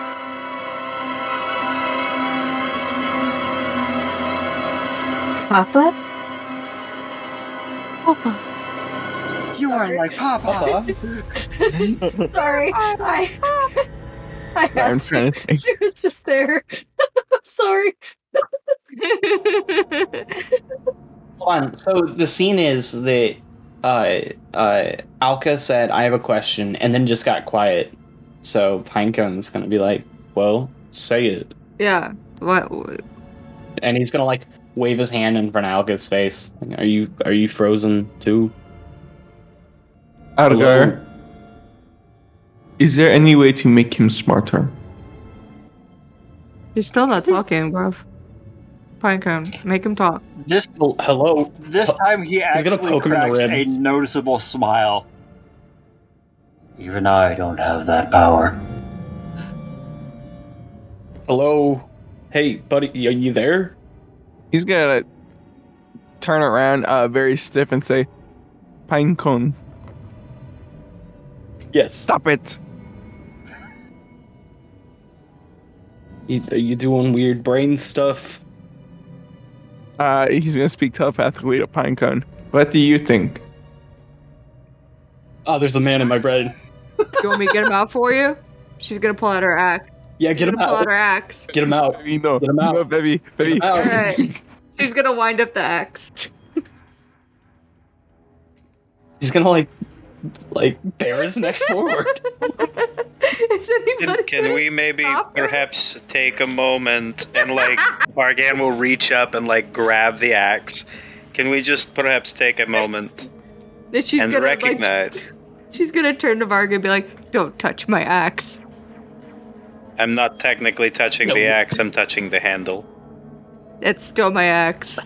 [SPEAKER 6] Papa?
[SPEAKER 5] Papa.
[SPEAKER 1] You are like Papa.
[SPEAKER 6] Sorry. I, I
[SPEAKER 4] I'm
[SPEAKER 6] had to-
[SPEAKER 4] trying to think.
[SPEAKER 6] She was just there. I'm sorry.
[SPEAKER 11] Hold on. So the scene is that uh, uh, Alka said, "I have a question," and then just got quiet. So Pinecone's gonna be like, "Well, say it,"
[SPEAKER 5] Yeah. What? what-
[SPEAKER 11] and he's gonna like wave his hand in front of Alka's face. Are you are you frozen too?
[SPEAKER 4] Algar, is there any way to make him smarter?
[SPEAKER 5] He's still not talking, bruv. Pinecone, make him talk.
[SPEAKER 1] This
[SPEAKER 11] Hello? Hello.
[SPEAKER 1] this time he
[SPEAKER 11] gonna
[SPEAKER 1] actually
[SPEAKER 11] poke him in the
[SPEAKER 1] cracks a
[SPEAKER 11] ribs.
[SPEAKER 1] noticeable smile. Even I don't have that power.
[SPEAKER 11] Hello. Hey, buddy, are you there?
[SPEAKER 4] He's gonna turn around uh, very stiff and say, Pinecone,
[SPEAKER 11] Yes.
[SPEAKER 4] stop it.
[SPEAKER 11] You, are you doing weird brain stuff?
[SPEAKER 4] Uh, he's gonna speak telepathically to Pinecone. What do you think?
[SPEAKER 11] Oh, there's a man in my brain.
[SPEAKER 5] You want me to get him out for you? She's gonna pull out her axe.
[SPEAKER 11] Yeah, get
[SPEAKER 5] She's
[SPEAKER 11] him
[SPEAKER 5] gonna pull out
[SPEAKER 11] out.
[SPEAKER 5] her axe.
[SPEAKER 11] Get him out.
[SPEAKER 4] Baby, no,
[SPEAKER 11] Get him out.
[SPEAKER 4] no, baby, baby.
[SPEAKER 11] him out.
[SPEAKER 5] Alright. She's gonna wind up the axe.
[SPEAKER 3] He's gonna like, like bear his neck forward.
[SPEAKER 5] Is
[SPEAKER 7] Can,
[SPEAKER 5] anybody
[SPEAKER 7] can
[SPEAKER 5] gonna
[SPEAKER 7] we maybe
[SPEAKER 5] stop her?
[SPEAKER 7] perhaps take a moment and like Bargan will reach up and like grab the axe? Can we just perhaps take a moment
[SPEAKER 5] Then she's
[SPEAKER 7] and
[SPEAKER 5] gonna like,
[SPEAKER 7] recognize
[SPEAKER 5] she's gonna turn to Varga and be like, "Don't touch my axe."
[SPEAKER 7] I'm not technically touching the axe, I'm touching the handle.
[SPEAKER 5] It's still my axe.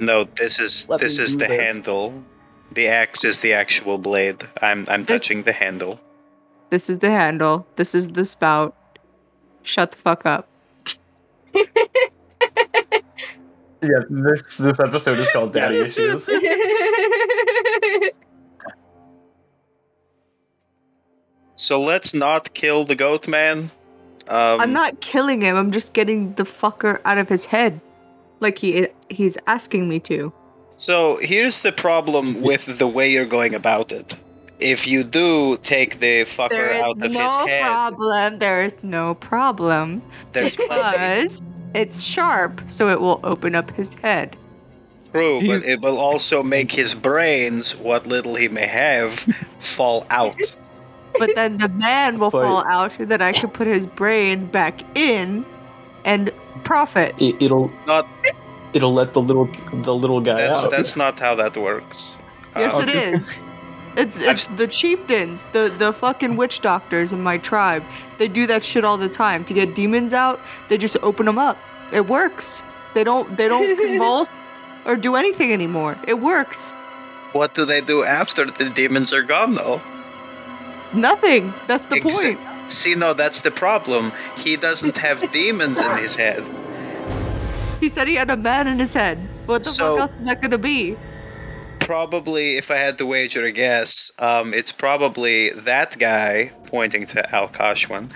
[SPEAKER 7] No, this is
[SPEAKER 3] Let
[SPEAKER 7] this
[SPEAKER 3] me
[SPEAKER 7] is
[SPEAKER 3] do
[SPEAKER 7] the
[SPEAKER 3] this.
[SPEAKER 7] handle. The axe is the actual blade. I'm I'm touching the handle.
[SPEAKER 5] This is the handle. This is the spout. Shut the fuck up.
[SPEAKER 3] yeah, this this episode is called Daddy Issues.
[SPEAKER 7] So let's not kill the goat man. Um,
[SPEAKER 5] I'm not killing him. I'm just getting the fucker out of his head, like he he's asking me to.
[SPEAKER 7] So here's the problem with the way you're going about it. If you do take the
[SPEAKER 5] There
[SPEAKER 7] fucker
[SPEAKER 5] is
[SPEAKER 7] out of
[SPEAKER 5] no
[SPEAKER 7] his head,
[SPEAKER 5] problem. There is no problem.
[SPEAKER 7] there's plenty.
[SPEAKER 5] Because it's sharp, so it will open up his head.
[SPEAKER 7] True,
[SPEAKER 4] He's-
[SPEAKER 7] but it will also make his brains, what little he may have, fall out.
[SPEAKER 5] But then the man will
[SPEAKER 3] But-
[SPEAKER 5] fall out, then I can put his brain back in and profit.
[SPEAKER 3] It, it'll
[SPEAKER 7] Not-
[SPEAKER 3] It'll let the little the little guy
[SPEAKER 7] That's
[SPEAKER 3] out.
[SPEAKER 7] that's not how that works.
[SPEAKER 5] Yes,
[SPEAKER 7] Uh,
[SPEAKER 5] it is. It's, it's the chieftains, the, the fucking witch doctors in my tribe. They do that shit all the time. To get demons out, they just open them up. It works. They don't they don't convulse or do anything anymore. It works.
[SPEAKER 7] What do they do after the demons are gone, though?
[SPEAKER 5] Nothing. That's the
[SPEAKER 7] Exa-
[SPEAKER 5] point.
[SPEAKER 7] See, no, that's the problem. He doesn't have demons in his head.
[SPEAKER 5] He said he had a man in his head. What the
[SPEAKER 7] So-
[SPEAKER 5] fuck else is that gonna be?
[SPEAKER 7] Probably, if I had to wager a guess, um, it's probably that guy pointing to Alkashwan.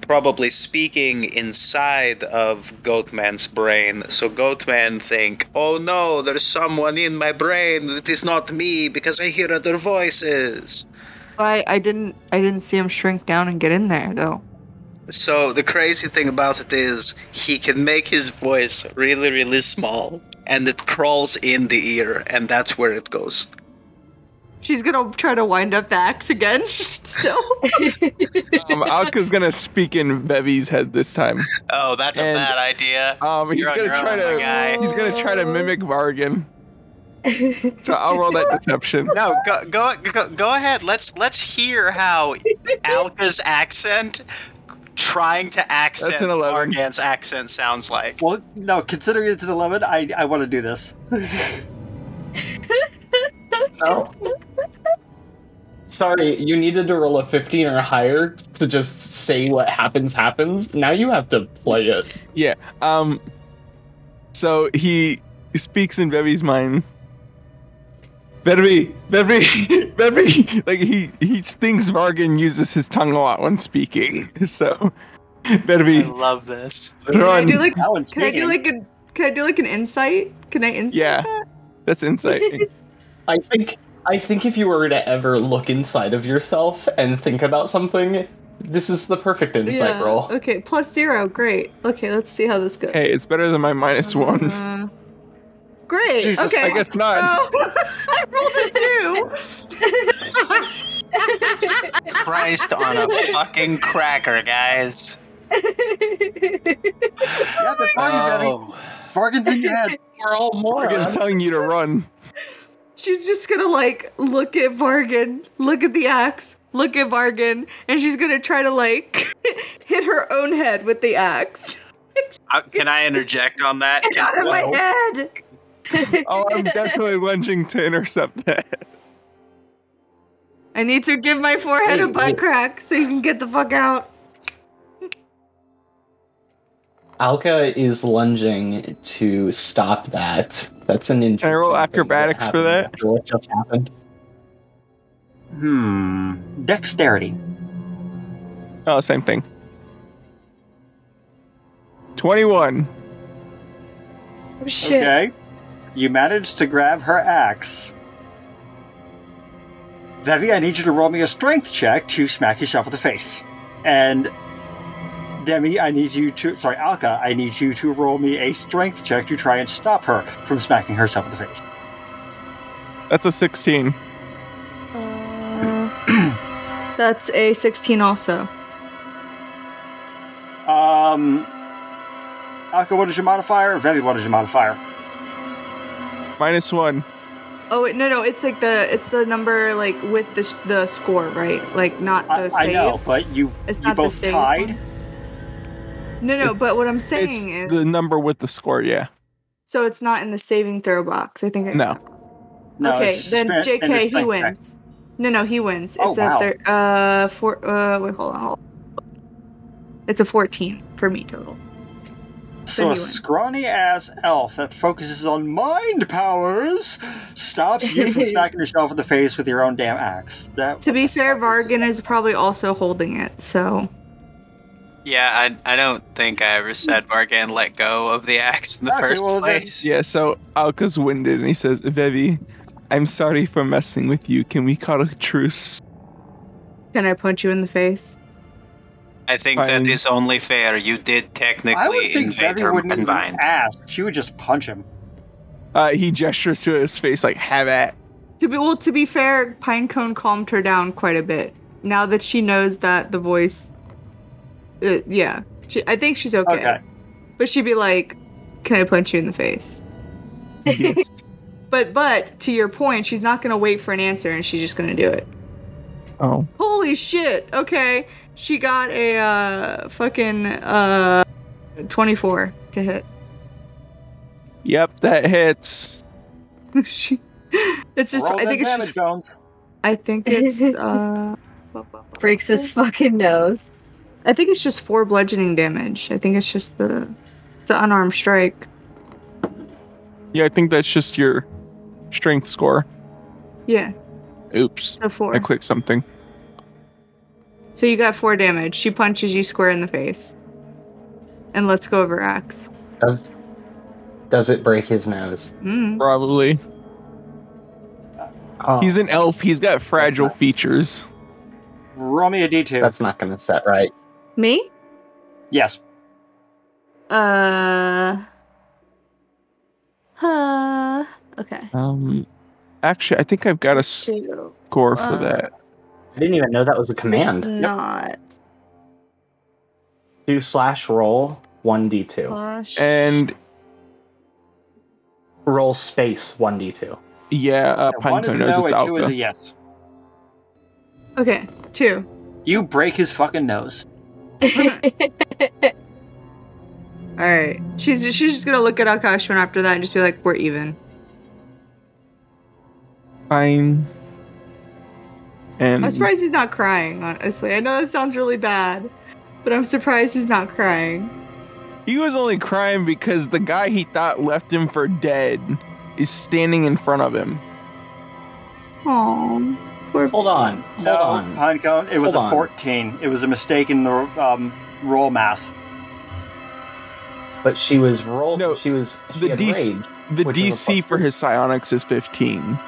[SPEAKER 7] Probably speaking inside of Goatman's brain. So Goatman think, "Oh no, there's someone in my brain. It is not me because I hear other voices."
[SPEAKER 5] I, I didn't I didn't see him shrink down and get in there though.
[SPEAKER 7] So the crazy thing about it is he can make his voice really, really small, and it crawls in the ear, and that's where it goes.
[SPEAKER 5] She's gonna try to wind up the axe again. so
[SPEAKER 4] Um, Alka's gonna speak in Vevi's head this time.
[SPEAKER 7] Oh, that's
[SPEAKER 4] And-
[SPEAKER 7] idea.
[SPEAKER 4] Um, he's
[SPEAKER 7] You're on
[SPEAKER 4] gonna
[SPEAKER 7] your
[SPEAKER 4] try
[SPEAKER 7] own, my
[SPEAKER 4] to
[SPEAKER 7] guy.
[SPEAKER 4] he's gonna try to mimic Vargan. so I'll roll that deception.
[SPEAKER 7] No, go, go go go ahead. Let's let's hear how Alka's accent trying to accent
[SPEAKER 4] That's an 11.
[SPEAKER 7] Morgan's accent sounds like.
[SPEAKER 1] Well, no, considering it's an 11, I, I want to do this.
[SPEAKER 3] Sorry, you needed to roll a 15 or higher to just say what happens happens. Now you have to play it.
[SPEAKER 4] Yeah. Um. So he speaks in Vevi's mind. Vevi, Vevi, Vevi. Like he he thinks Vargan uses his tongue a lot when speaking. So
[SPEAKER 7] I
[SPEAKER 4] Vevi,
[SPEAKER 7] love this.
[SPEAKER 4] run.
[SPEAKER 5] like
[SPEAKER 1] Now it's
[SPEAKER 5] Can I do
[SPEAKER 1] speaking.
[SPEAKER 5] like a can I do like an insight? Can I insight?
[SPEAKER 4] Yeah.
[SPEAKER 5] that?
[SPEAKER 4] That's insight.
[SPEAKER 3] I think I think if you were to ever look inside of yourself and think about something, this is the perfect insight
[SPEAKER 5] Yeah.
[SPEAKER 3] roll.
[SPEAKER 5] Okay, plus zero. Great. Okay, let's see how this goes.
[SPEAKER 4] hey, it's better than my minus one.
[SPEAKER 5] Uh, great.
[SPEAKER 1] Jesus,
[SPEAKER 5] okay.
[SPEAKER 4] I guess not.
[SPEAKER 5] So, I rolled a two.
[SPEAKER 7] Christ on a fucking cracker, guys.
[SPEAKER 1] Yeah, that's Vargan,
[SPEAKER 5] Oh.
[SPEAKER 7] Oh.
[SPEAKER 1] baby. Vargan's in your head.
[SPEAKER 3] We're all
[SPEAKER 4] Vargan's
[SPEAKER 3] morons.
[SPEAKER 4] telling you to run.
[SPEAKER 5] She's just gonna like look at Vargan, look at the axe, look at Vargan, and she's gonna try to like hit her own head with the axe.
[SPEAKER 7] Uh, can I interject on that?
[SPEAKER 5] Get out of my head!
[SPEAKER 4] Oh, I'm definitely lunging to intercept that.
[SPEAKER 5] I need to give my forehead a butt crack so you can get the fuck out.
[SPEAKER 3] Alka is lunging to stop that. That's an interesting.
[SPEAKER 4] roll
[SPEAKER 3] thing that
[SPEAKER 4] acrobatics for
[SPEAKER 3] happened
[SPEAKER 4] that?
[SPEAKER 3] After what just happened.
[SPEAKER 1] Hmm. Dexterity.
[SPEAKER 4] Oh, same thing. Twenty-one.
[SPEAKER 6] Oh, shit.
[SPEAKER 1] Okay. You managed to grab her axe. Vevi, I need you to roll me a strength check to smack yourself in the face. And Demi, I need you to. Sorry, Alka, I need you to roll me a strength check to try and stop her from smacking herself in the face.
[SPEAKER 4] That's a 16.
[SPEAKER 5] That's a 16 also.
[SPEAKER 1] Um, Alka, what is your modifier? Vevi, what is your modifier?
[SPEAKER 4] Minus one.
[SPEAKER 5] Oh wait, no, no, it's like the it's the number like with the sh- the score, right? Like not the
[SPEAKER 1] I,
[SPEAKER 5] save.
[SPEAKER 1] I know, but you
[SPEAKER 5] It's
[SPEAKER 1] you
[SPEAKER 5] not the
[SPEAKER 1] both
[SPEAKER 5] save
[SPEAKER 1] tied.
[SPEAKER 5] No, no, but what I'm saying
[SPEAKER 4] It's
[SPEAKER 5] is
[SPEAKER 4] the number with the score, yeah.
[SPEAKER 5] so it's not in the saving throw box. I think. it-
[SPEAKER 4] No.
[SPEAKER 1] No,
[SPEAKER 5] okay,
[SPEAKER 1] it's just a
[SPEAKER 5] then
[SPEAKER 1] stra- standard
[SPEAKER 5] JK, he
[SPEAKER 1] strength check.
[SPEAKER 5] wins. No, no, he wins.
[SPEAKER 1] Oh,
[SPEAKER 5] it's
[SPEAKER 1] wow.
[SPEAKER 5] a thir- uh four. Uh, wait, hold on, hold on. It's a 14 for me total.
[SPEAKER 1] So a
[SPEAKER 5] Anyways.
[SPEAKER 1] scrawny ass elf that focuses on mind powers stops you from smacking yourself in the face with your own damn axe. That
[SPEAKER 5] To be fair, Vargan is probably also holding it, so
[SPEAKER 9] Yeah, I, I don't think I ever said Bargan let go of the axe in the
[SPEAKER 1] Okay,
[SPEAKER 9] first
[SPEAKER 1] well, then-
[SPEAKER 9] place.
[SPEAKER 4] Yeah, so uh, Alka's winded and he says, Vevi, I'm sorry for messing with you. Can we call a truce?
[SPEAKER 5] can I punch you in the face?
[SPEAKER 9] I think
[SPEAKER 4] Fine.
[SPEAKER 9] that is only fair. You did
[SPEAKER 1] I would
[SPEAKER 9] technically
[SPEAKER 1] think
[SPEAKER 9] invade
[SPEAKER 1] Bevy
[SPEAKER 9] her
[SPEAKER 1] wouldn't even
[SPEAKER 9] mind.
[SPEAKER 1] ask. She would just punch him.
[SPEAKER 4] Uh, he gestures to his face like, have at.
[SPEAKER 5] To be well, to be fair, Pinecone calmed her down quite a bit. Now that she knows that the voice, uh, yeah, she, I think she's okay.
[SPEAKER 1] Okay.
[SPEAKER 5] But she'd be like, "Can I punch you in the face?"
[SPEAKER 4] Yes.
[SPEAKER 5] But but to your point, she's not gonna wait for an answer, and she's just gonna do it.
[SPEAKER 4] oh.
[SPEAKER 5] Holy shit! Okay, she got a uh, fucking uh, twenty-four to hit.
[SPEAKER 4] Yep, that hits.
[SPEAKER 5] she, it's just
[SPEAKER 1] Roll
[SPEAKER 5] I
[SPEAKER 1] that
[SPEAKER 5] think it's
[SPEAKER 1] damage,
[SPEAKER 5] just
[SPEAKER 1] Jones.
[SPEAKER 5] I think it's uh.
[SPEAKER 6] Breaks his fucking nose.
[SPEAKER 5] I think it's just four bludgeoning damage. I think it's just the it's an unarmed strike.
[SPEAKER 4] Yeah, I think that's just your strength score.
[SPEAKER 5] Yeah,
[SPEAKER 4] Oops.
[SPEAKER 5] so four.
[SPEAKER 4] I clicked something.
[SPEAKER 5] So you got four damage. She punches you square in the face, and let's go over axe.
[SPEAKER 3] Does, does it break his nose?
[SPEAKER 5] Mm.
[SPEAKER 4] Probably.
[SPEAKER 3] Oh,
[SPEAKER 4] He's an elf. He's got fragile
[SPEAKER 3] not-
[SPEAKER 4] features.
[SPEAKER 1] Roll me a d2.
[SPEAKER 3] that's not gonna set right.
[SPEAKER 5] Me?
[SPEAKER 1] yes.
[SPEAKER 5] Uh. Uh. Okay.
[SPEAKER 4] Um, actually, I think I've got a
[SPEAKER 5] Two.
[SPEAKER 4] score for
[SPEAKER 5] Uh,
[SPEAKER 4] that.
[SPEAKER 3] I didn't even know that was a command.
[SPEAKER 5] Not
[SPEAKER 3] Do slash roll one d two.
[SPEAKER 5] plus.
[SPEAKER 4] And
[SPEAKER 3] Roll space one d two.
[SPEAKER 4] yeah, uh,
[SPEAKER 1] Yeah, one is
[SPEAKER 4] Pineco
[SPEAKER 1] a
[SPEAKER 4] knows
[SPEAKER 1] no,
[SPEAKER 4] it's
[SPEAKER 1] and two is a
[SPEAKER 4] Alka.
[SPEAKER 1] yes.
[SPEAKER 5] okay. Two.
[SPEAKER 1] You break his fucking nose.
[SPEAKER 5] All right. She's she's just gonna look at Akashman after that and just be like, "We're even."
[SPEAKER 4] Fine. And
[SPEAKER 5] I'm surprised he's not crying, honestly. I know that sounds really bad, but I'm surprised he's not crying.
[SPEAKER 4] he was only crying because the guy he thought left him for dead is standing in front of him.
[SPEAKER 5] Aww. Poor
[SPEAKER 3] Hold on. Hold
[SPEAKER 1] no,
[SPEAKER 3] on.
[SPEAKER 1] Pinecone, it was
[SPEAKER 3] Hold
[SPEAKER 1] a
[SPEAKER 3] on.
[SPEAKER 1] 14. It was a mistake in the um, roll math.
[SPEAKER 3] But she was rolled.
[SPEAKER 4] No,
[SPEAKER 3] she was she
[SPEAKER 4] the
[SPEAKER 3] had
[SPEAKER 4] D-
[SPEAKER 3] rage.
[SPEAKER 4] The
[SPEAKER 3] Which is a
[SPEAKER 4] DC
[SPEAKER 3] plus
[SPEAKER 4] for
[SPEAKER 3] two.
[SPEAKER 4] his psionics is 15.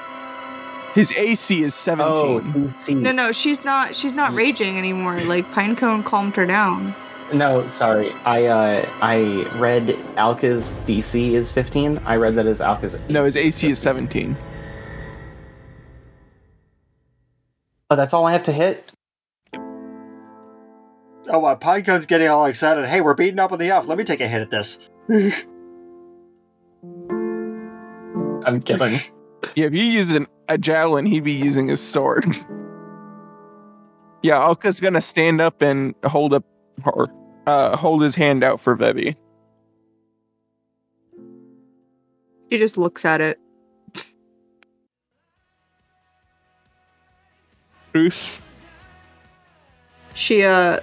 [SPEAKER 4] His AC is 17.
[SPEAKER 3] Oh, DC.
[SPEAKER 5] No, no, she's not. She's not
[SPEAKER 3] Mm.
[SPEAKER 5] raging anymore. Like Pinecone calmed her down.
[SPEAKER 3] No, sorry. I uh I read Alka's DC is 15. I read that as Alka's.
[SPEAKER 4] no, his AC is 17.
[SPEAKER 3] Oh, that's all I have to hit.
[SPEAKER 1] Oh, wow. Pinecone's getting all excited. Hey, we're beating up on the elf. Let me take a hit at this.
[SPEAKER 3] I'm kidding.
[SPEAKER 4] Yeah, if you use an, a javelin, he'd be using his sword. yeah, Alka's gonna stand up and hold up or uh, hold his hand out for Vevi.
[SPEAKER 5] She just looks at it.
[SPEAKER 4] Bruce.
[SPEAKER 5] She uh,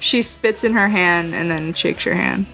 [SPEAKER 5] she spits in her hand and then shakes your hand.